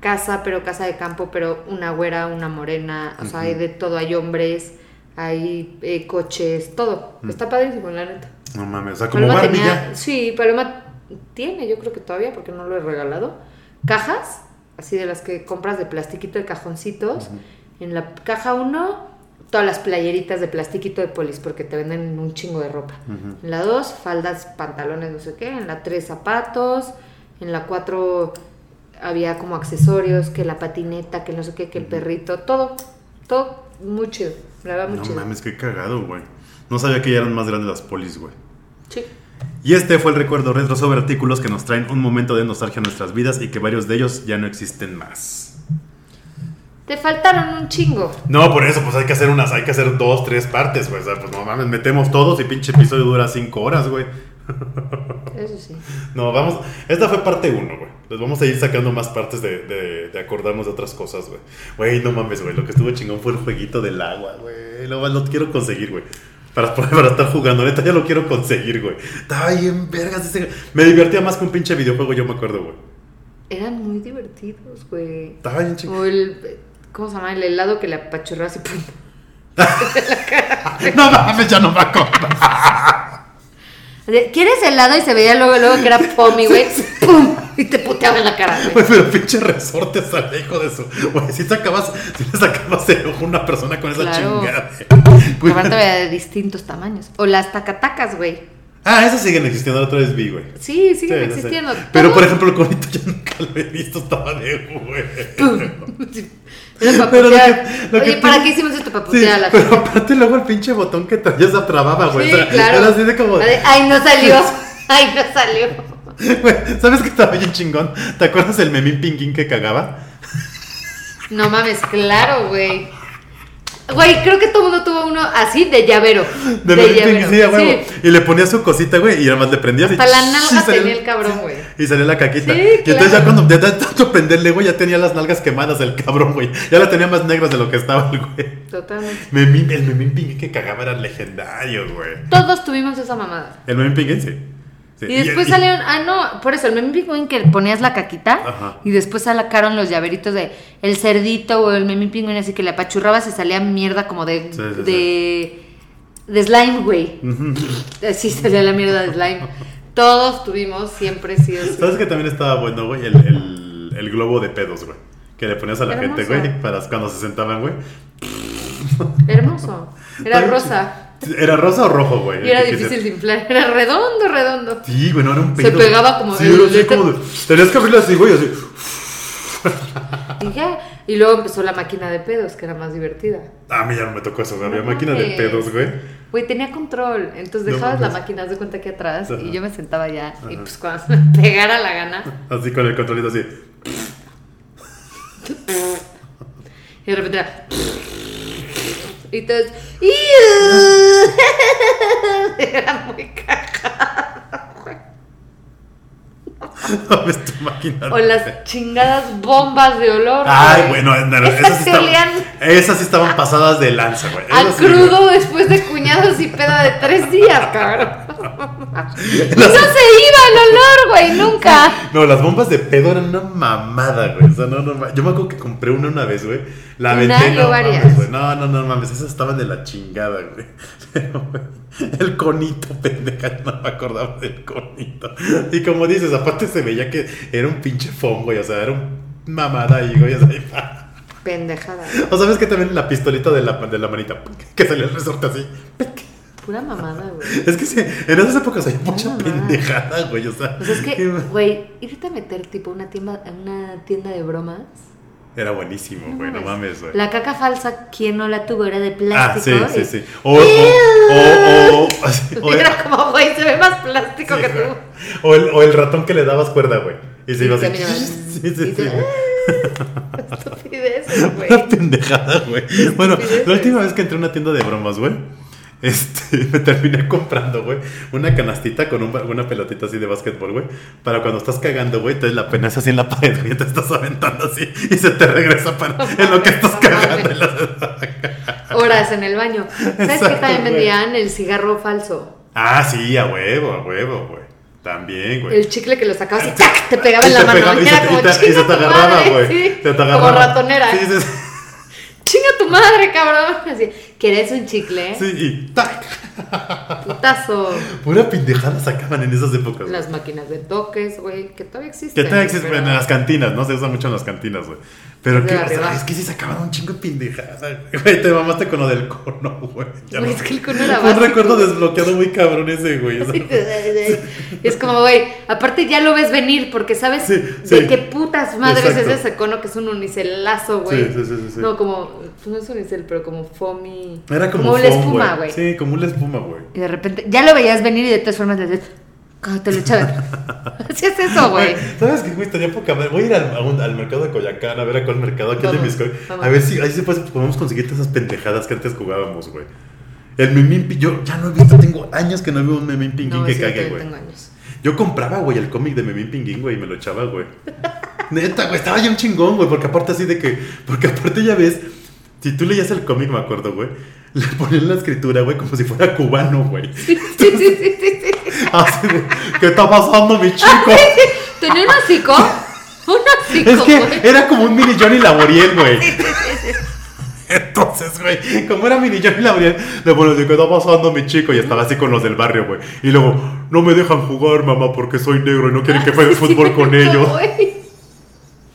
A: casa, pero casa de campo, pero una güera, una morena, o sea, hay
B: Ujú.
A: de todo, hay hombres, hay eh, coches, todo.
B: Mm.
A: Está padrísimo, la neta.
B: No mames, o sea, como Barbie ya.
A: sí, Paloma tiene, yo creo que todavía, porque no lo he regalado, cajas, así de las que compras de plastiquito de cajoncitos. En la caja 1, todas las playeritas de plastiquito de polis, porque te venden un chingo de ropa.
B: Ujú.
A: En la 2, faldas, pantalones, no sé qué. En la 3, zapatos. En la 4, había como accesorios, que la patineta, que no sé qué, que el perrito, todo, todo muy chido. La verdad, muy
B: No
A: chido.
B: mames, qué cagado, güey. No sabía que ya eran más grandes las polis, güey.
A: Sí.
B: Y este fue el recuerdo retro sobre artículos que nos traen un momento de nostalgia a nuestras vidas y que varios de ellos ya no existen más.
A: Te faltaron un chingo.
B: No, por eso, pues hay que hacer unas, hay que hacer dos, tres partes, güey. O sea, pues no mames, metemos todos y pinche episodio dura cinco horas, güey.
A: Eso sí.
B: No, vamos. Esta fue parte uno, güey. Les vamos a ir sacando más partes de, de- de acordarnos de otras cosas, güey. Güey, no mames, güey. Lo que estuvo chingón fue el jueguito del agua, güey. Lo, lo quiero conseguir, güey. Para, para estar jugando, neta, ya lo quiero conseguir, güey. Estaba bien vergas ese. Me divertía más que un pinche videojuego, yo me acuerdo, güey.
A: Eran muy divertidos, güey.
B: Estaba bien chingón.
A: O el. ¿Cómo se llama? El helado que le apachurró así. ¡pum!
B: No mames, ya no me acuerdo.
A: De, ¿Quieres helado? Y se veía luego, luego que era Pomi, güey. ¡Pum! Y te puteaba en la cara, güey.
B: Güey, pero pinche resorte sale, hijo de su. Güey, si sacabas, si le sacabas el ojo a una persona con esa
A: Claro.
B: chingada. güey.
A: Aparte había de distintos tamaños. O las tacatacas, güey.
B: Ah, esas siguen existiendo, la otra vez vi, güey.
A: Sí, siguen
B: Sí, no sé.
A: existiendo.
B: Pero
A: Todo-
B: por ejemplo, el conito yo nunca lo he visto, estaba de güey.
A: Era para
B: Pero lo
A: putear.
B: que- lo
A: Oye,
B: que
A: ¿para
B: tú-
A: qué hicimos esto? Para
B: Sí,
A: putear a la
B: pero
A: gente.
B: aparte luego el pinche botón que traías se trababa, güey.
A: Sí,
B: O sea,
A: claro.
B: Era así de como.
A: La de, ah. Ay, no salió. Ay, no salió.
B: Güey, ¿Sabes qué estaba bien chingón? ¿Te acuerdas del memín pinguín que cagaba?
A: No mames, claro, güey. Güey, creo que todo mundo tuvo uno así de llavero.
B: De
A: De,
B: memín
A: llavero.
B: pinguín, sí, a huevo.
A: Sí.
B: Y le ponía su cosita, güey, y además le prendías.
A: Hasta
B: y
A: la
B: ch-
A: nalga
B: y salía-
A: tenía el cabrón, güey.
B: Y salía la caquita.
A: Sí,
B: y entonces ya
A: claro.
B: cuando de tanto prenderle, güey, ya tenía las nalgas quemadas el cabrón, güey. Ya la tenía más negras de lo que estaba el güey.
A: Totalmente.
B: Memín- el memín pinguín que cagaba era legendario, güey.
A: Todos tuvimos esa mamada.
B: El meme Pinguín, sí. Sí.
A: Y después
B: Eh, y-
A: salieron, ah, no, por eso, el meme pingüín que ponías la caquita
B: Ajá.
A: y después sacaron los llaveritos de el cerdito o el meme pingüín, así que le apachurrabas y salía mierda como de.
B: Sí, sí,
A: de, de slime, güey. Así salía la mierda de slime. Todos tuvimos siempre sí o sí.
B: ¿Sabes que también estaba bueno, güey? El, el- el globo de pedos, güey. Que le ponías a la
A: Hermoso.
B: gente, güey, para cuando se sentaban, güey.
A: Hermoso. Era
B: Estaba
A: rosa.
B: chi- ¿Era rosa o rojo, güey?
A: Y era
B: El que
A: difícil
B: quisiera.
A: de inflar, era redondo, redondo.
B: Sí, güey, no era un
A: Se
B: pedo. güey.
A: pegaba como
B: Sí,
A: el-
B: era así
A: el-
B: como de- Tenías que abrirlo así, güey, así.
A: Y ya. Y luego empezó la máquina de pedos, que era más divertida.
B: "Ah, A mí ya no me tocó eso, güey. Había
A: No
B: máquina de
A: mames.
B: pedos, güey.
A: Güey, tenía control, entonces
B: No
A: dejabas la
B: mames.
A: máquina, haz de cuenta aquí atrás,
B: Ajá.
A: y yo me sentaba ya, y pues cuando se me pegara la gana,
B: Así con el controlito así.
A: y de repente era... Y entonces... ¡Iu! Era muy cagado, güey.
B: ¿Ves tu máquina? de
A: O las chingadas bombas de olor.
B: Ay, bueno, no, no,
A: esas
B: esas, sí
A: que olían
B: estaban, esas sí estaban pasadas de lanza, güey.
A: a
B: Esas sí, güey.
A: crudo después de cuñados y peda de tres días, cabrón. Y no se
B: Las-
A: iba el olor, güey, nunca.
B: No, las bombas de pedo eran una mamada, güey. O sea, no, no, ma- yo me acuerdo que compré una una vez, güey. La
A: Una,
B: vendé,
A: yo
B: no,
A: varias.
B: mames, güey. No, no, no, mames, esas estaban de la chingada, güey. Pero, güey, el conito, pendeja, no me acordaba del conito. Y como dices, aparte se veía que era un pinche foam, güey. O sea, era un mamada ahí, güey. O sea, y-
A: Pendejada.
B: o sabes que también la pistolita de la, de la manita, que salió el resorte así.
A: Pura mamada, güey.
B: Es que sí, en esas épocas había mucha
A: Ah.
B: pendejada, güey. O sea,
A: O sea, Pues es
B: qué
A: que,
B: ma-
A: güey, irte a meter tipo a una tienda, a una tienda de bromas.
B: era buenísimo, güey. No mames, güey.
A: La caca falsa, ¿quién no la tuvo? Era de
B: Ah, sí,
A: plástico.
B: sí,
A: y-
B: sí. O, o, o, o, o- o-
A: Era como, güey, se ve más plástico
B: Sí,
A: que
B: güey.
A: tú.
B: o el, o el ratón que le dabas cuerda, güey. Y se iba
A: Y
B: así.
A: caminaba.
B: Sí,
A: Y
B: sí, sí.
A: te-
B: güey.
A: Estupideces, güey.
B: Una pendejada, güey. Bueno,
A: Estupideces.
B: la última vez que entré a una tienda de bromas, güey, este, me terminé comprando, güey, una canastita con un ba- una pelotita así de básquetbol, güey, para cuando estás cagando, güey, entonces la penas así en la pared, güey, te estás aventando así y se te regresa para en lo que estás
A: No
B: cagando.
A: mames. Horas en el baño. ¿Sabes qué
B: Exacto,
A: también
B: güey.
A: vendían? El cigarro falso.
B: Ah, sí, a huevo, a huevo, güey. También, güey.
A: El chicle que lo sacabas y ¡tac! te pegaba en
B: Y
A: la
B: te
A: mano.
B: pegaba-
A: Y
B: y
A: era
B: se-
A: como,
B: y te- y se
A: "Chinga
B: te
A: tu
B: agarraba,
A: madre",
B: güey.
A: sí,
B: Se te
A: Como
B: agarraba.
A: ratonera.
B: Sí, sí, sí.
A: ¡Chinga tu madre, cabrón! Así, ¿quieres un chicle?
B: Sí, y tac.
A: Putazo.
B: Pura pendejada sacaban en esas épocas. güey.
A: Las máquinas de toques, güey, que todavía
B: Que
A: existen.
B: todavía existe
A: pero-
B: en las cantinas, ¿no? Se usa mucho en las cantinas, güey. Pero
A: De
B: que, o
A: arriba.
B: sea, es que sí se acababan un chingo de pendejadas, güey. Te mamaste con lo del cono, güey. Ya
A: Güey,
B: no-
A: es que el cono era
B: Fue un
A: básico.
B: recuerdo desbloqueado muy cabrón ese, güey. o sea.
A: Es como, güey, aparte ya lo ves venir porque sabes
B: Sí,
A: de
B: sí.
A: qué putas madres
B: Exacto.
A: es ese cono que es un unicelazo, güey.
B: Sí, sí, sí, sí, sí.
A: No, como, no es unicel, pero como foamy.
B: Era como,
A: una
B: foam,
A: espuma, güey.
B: Sí, como una espuma, güey.
A: Y de repente, ya lo veías venir y de todas formas le decías, "Ah, te lo echaban. Así es eso, güey.
B: Güey, ¿Sabes qué, güey? Estaría poca madre. Voy a ir al, a un- al mercado de Coyacán a ver a cuál mercado, a qué de
A: Vamos,
B: mis co-
A: vamos.
B: A ver si ahí sí, pues, podemos conseguir todas esas pendejadas que antes jugábamos, güey. El memín, yo ya no he visto, tengo años que no veo un memín pinguín
A: No,
B: que
A: sí, yo
B: cague,
A: todavía
B: güey.
A: tengo años.
B: Yo compraba, güey, el cómic de Memín Pinguín, güey, y me lo echaba, güey. Neta, güey, estaba ya un chingón, güey, porque aparte así de que. Porque aparte ya ves, si tú leías el cómic, me acuerdo, güey, le ponían la escritura, güey, como si fuera cubano, güey.
A: Sí, sí, sí, sí, sí, sí.
B: Así de, ¿qué está pasando, mi chico?
A: Tenía un hocico. Un hocico,
B: Es
A: güey.
B: que era como un mini Johnny Laboriel, güey. Entonces, güey, como era mini Johnny Laboriel, le bueno, ¿qué está pasando, mi chico? Y estaba así con los del barrio, güey. Y luego, no me dejan jugar, mamá, porque soy negro y no quieren que juegue fútbol con ellos.
A: Güey.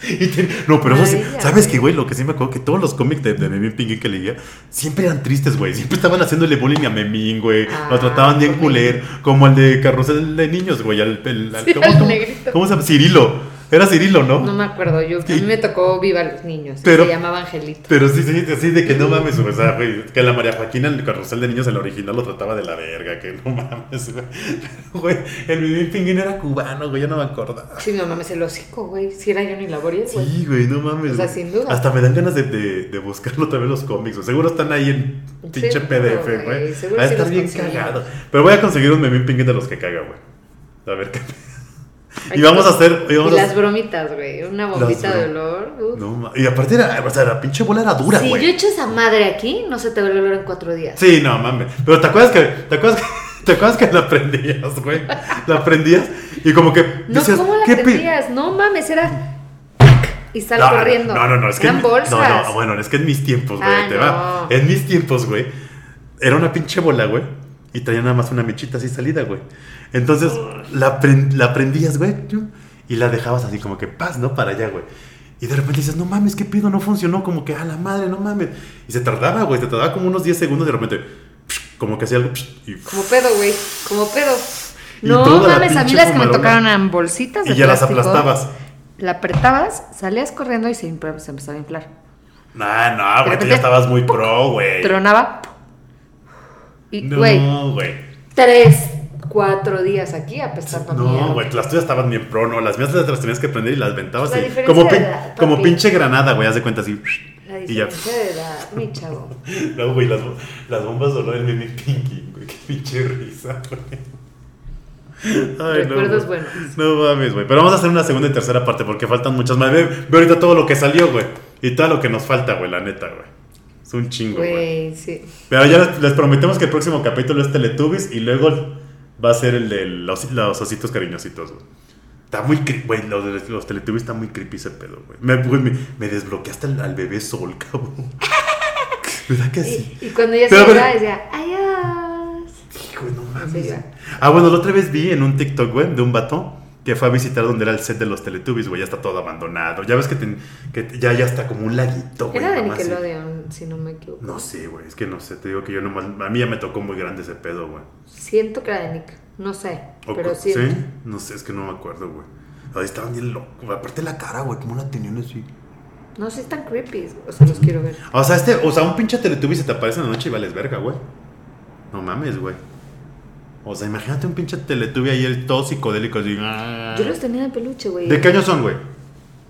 B: Y te- No, pero eso sí,
A: Maravilla,
B: ¿sabes
A: güey.
B: qué, güey? Lo que sí me acuerdo que todos los cómics de, de Memín Pinguín que leía siempre eran tristes, güey. Siempre estaban haciéndole bullying a Memín, güey.
A: Ah,
B: lo trataban bien
A: ok.
B: culer, como el de carrusel de niños, güey. Al, el- al-
A: Sí,
B: ¿cómo,
A: al
B: cómo-
A: negrito.
B: cómo se llama? Cirilo. Era Cirilo, ¿no?
A: No me acuerdo, yo, a mí me tocó Viva los Niños,
B: Pero-
A: se llamaba Angelito.
B: Pero sí, sí, sí, de que no mames, güey, o sea, güey, que la María Joaquina en el carrusel de niños en la original lo trataba de la verga, que no mames, güey. Pero, güey, el Memín Pinguín era cubano, güey, ya no me acordaba.
A: Sí, no mames, el hocico, güey, si era Johnny Laboriel, güey.
B: Sí, güey, no mames.
A: O sea,
B: güey.
A: sin duda.
B: Hasta me dan ganas de, de, de buscarlo también los cómics. güey. Seguro están ahí en pinche
A: Sí,
B: PDF,
A: güey,
B: güey.
A: seguro
B: Ah,
A: sí
B: está
A: los
B: bien
A: conseguimos.
B: cagado. Pero voy a conseguir un memín pinguín de los que caga, güey. A ver qué.
A: Ay,
B: Y vamos a
A: qué-
B: hacer. Y vamos
A: y
B: a-
A: las bromitas, güey, una bombita
B: Las
A: de
B: bro-
A: olor. uf.
B: No ma- Y aparte era, o sea, la pinche bola era dura,
A: si
B: güey.
A: yo echo esa madre aquí, no se te va el olor en cuatro días.
B: Sí, no mames. Pero te acuerdas que. ¿Te acuerdas que.? ¿Te acuerdas que la prendías, güey? La prendías y como que
A: no,
B: decías,
A: ¿cómo la
B: "¿Qué pe-?"
A: prendías? No mames, era... Y sal corriendo.
B: No, no, no, es que.
A: Eran
B: en-
A: bolsas.
B: No, no, bueno, es que en mis tiempos, güey,
A: Ah,
B: te va.
A: no.
B: En mis tiempos, güey, era una pinche bola, güey. Y traía nada más una mechita así salida, güey. Entonces, la, pren- la prendías, güey, y la dejabas así como que paz, ¿no? Para allá, güey. Y de repente dices, no mames, ¿qué pido? No funcionó. Como que, a la madre, no mames. Y se tardaba, güey, se tardaba como unos 10 segundos y de repente, como que hacía algo, y
A: Como pedo, güey, como pedo.
B: Y
A: No
B: toda la
A: mames, a mí
B: pinche
A: las que me
B: fumarola.
A: tocaron eran bolsitas de
B: y ya las
A: plástico.
B: aplastabas.
A: La apretabas, salías corriendo y se, imp- se empezaba a inflar.
B: No, no, güey, tú
A: repente,
B: ya estabas muy pro, güey.
A: Tronaba. Y, güey,
B: No, güey.
A: tres, cuatro días aquí apestando a mierda.
B: No, güey, las tuyas estaban bien pro, no. Las mías las, las tenías que prender y las ventabas
A: La
B: así.
A: diferencia
B: Como,
A: de
B: pin-
A: edad,
B: como
A: papi.
B: pinche granada, güey, haz de cuenta así.
A: La
B: Y ya.
A: diferencia de edad, mi chavo.
B: No, güey, las, bo- las bombas solo del meme Pinky, güey. Qué pinche risa, güey. Ay, no,
A: Recuerdos
B: güey.
A: buenos.
B: No mames, güey. Pero vamos a hacer una segunda y tercera parte porque faltan muchas más. Ve, ve ahorita todo lo que salió, güey. Y todo lo que nos falta, güey, la neta, güey. Es un chingo, güey.
A: Güey, sí.
B: Pero ya les, les prometemos que el próximo capítulo es Teletubbies y luego va a ser el de los, los ositos cariñositos, güey. Está muy creepy, güey, los, de los Teletubbies están muy creepy ese pedo, güey. Me, güey, me- me desbloqueaste al, al bebé sol, cabrón. ¿Verdad que sí?
A: Y, y cuando ya se
B: Pero a ver-
A: iba, decía, adiós.
B: Hijo, no mames.
A: Sí, ya.
B: ah, bueno, la otra vez vi en un TikTok, güey, de un vato que fue a visitar donde era el set de los Teletubbies, güey, ya está todo abandonado. Ya ves que, ten- que ya, ya está como un laguito, güey.
A: Era de
B: nomás, sí.
A: Nickelodeon, si no me equivoco.
B: No sé, güey, es que no sé, te digo que yo nomás, a mí ya me tocó muy grande ese pedo, güey.
A: Siento que era de Nick. No sé,
B: O
A: pero
B: co-
A: sí.
B: sí, no sé, es que no me acuerdo, güey. Ahí estaban bien locos, güey, aparte la cara, güey, cómo la tenían así.
A: No sé, están creepy. O sea, los quiero ver.
B: O sea, este, o sea, un pinche Teletubby se te aparece en la noche y vales verga, güey. No mames, güey. O sea, imagínate un pinche Teletubby ahí el todo psicodélico así. ah.
A: Yo los tenía de peluche, güey.
B: ¿De qué año son, güey?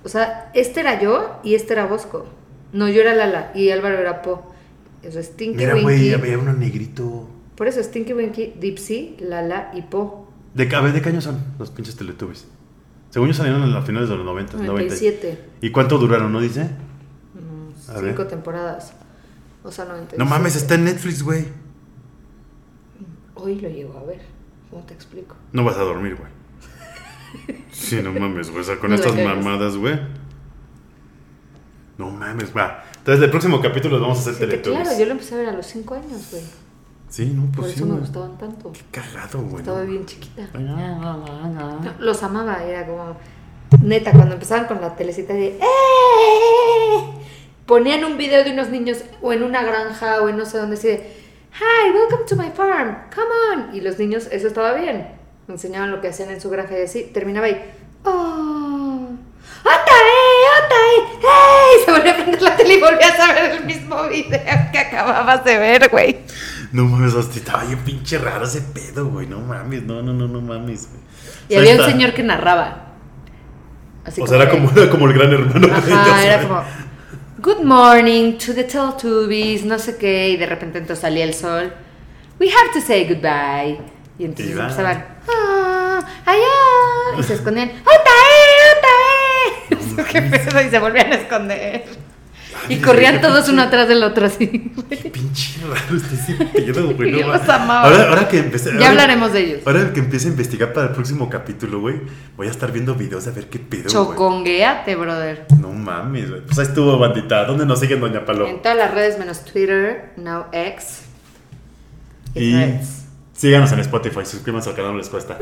A: O sea, este era yo y este era Bosco. No, yo era Lala y Álvaro era Po. O sea, Stinky
B: Mira, güey,
A: Winky.
B: había uno negrito.
A: por eso, Stinky Winky, Dipsy, Lala y Po.
B: De, qué- a ver, ¿de qué año son los pinches Teletubbies? Según yo salieron en las finales de los 90, 90.
A: 97.
B: ¿Y cuánto duraron, no dice?
A: Mm,
B: A ver.
A: Cinco temporadas. O sea, 97.
B: Ah, No mames, está en Netflix, güey.
A: Hoy lo llego a ver. ¿Cómo te explico?
B: No vas a dormir, güey. Sí, no mames, güey. O sea, con
A: No la
B: estas
A: cagas.
B: mamadas, güey. No mames, va. Entonces, el próximo capítulo vamos a hacer
A: Sí, que
B: Teletubbies.
A: claro, yo lo empecé a ver a los cinco años, güey.
B: Sí, no,
A: Por
B: pues sí,
A: eso me
B: güey.
A: gustaban tanto.
B: Cagado, güey.
A: Estaba
B: no
A: bien chiquita.
B: mames.
A: No, Los amaba, era como. Neta, cuando empezaban con la telecita de. "¡Eh!", Ponían un video de unos niños o en una granja o en no sé dónde, así de. Hi, welcome to my farm, come on. Y los niños, eso estaba bien. Enseñaban lo que hacían en su granja y así. Terminaba ahí. ¡Oh! eh, ¡Otae! ¡Otae! ¡Hey! eh!" Se volvió a prender la tele y volvías a ver el mismo video que acababas de ver, güey.
B: No mames, hostia, estaba bien pinche raro ese pedo, güey. No mames, no, no, no, no mames, güey.
A: Y
B: O sea,
A: había un
B: está-
A: señor que narraba. Así
B: O sea, era
A: que-
B: como, era como el gran hermano. de ellos,
A: Ajá, era
B: güey.
A: como Good morning to the Teletubbies, no sé qué, y de repente entonces salía el sol. We have to say goodbye. Y entonces
B: Y va.
A: empezaban, "Ah, ay, ah", y se escondían, ¡Otae, otae! ¿Qué pedo? Y se volvían a esconder.
B: Ay,
A: Y corrían
B: güey, qué
A: todos
B: pinche-
A: uno atrás del otro así.
B: Qué pinche raro está ese pedo, güey. no
A: Yo
B: mames.
A: los amaba.
B: Ahora, ahora que empecé.
A: Ya
B: ahora-
A: hablaremos de ellos.
B: Ahora que empiece a investigar para el próximo capítulo, güey, voy a estar viendo videos a ver qué pedo, güey.
A: Chocongueate, brother.
B: No mames, güey. Pues ahí estuvo, bandita. ¿Dónde nos siguen, Doña Paloma?
A: En todas las redes menos Twitter, now X.
B: Y
A: Threads.
B: síganos en Spotify, suscríbanse al canal, no les cuesta.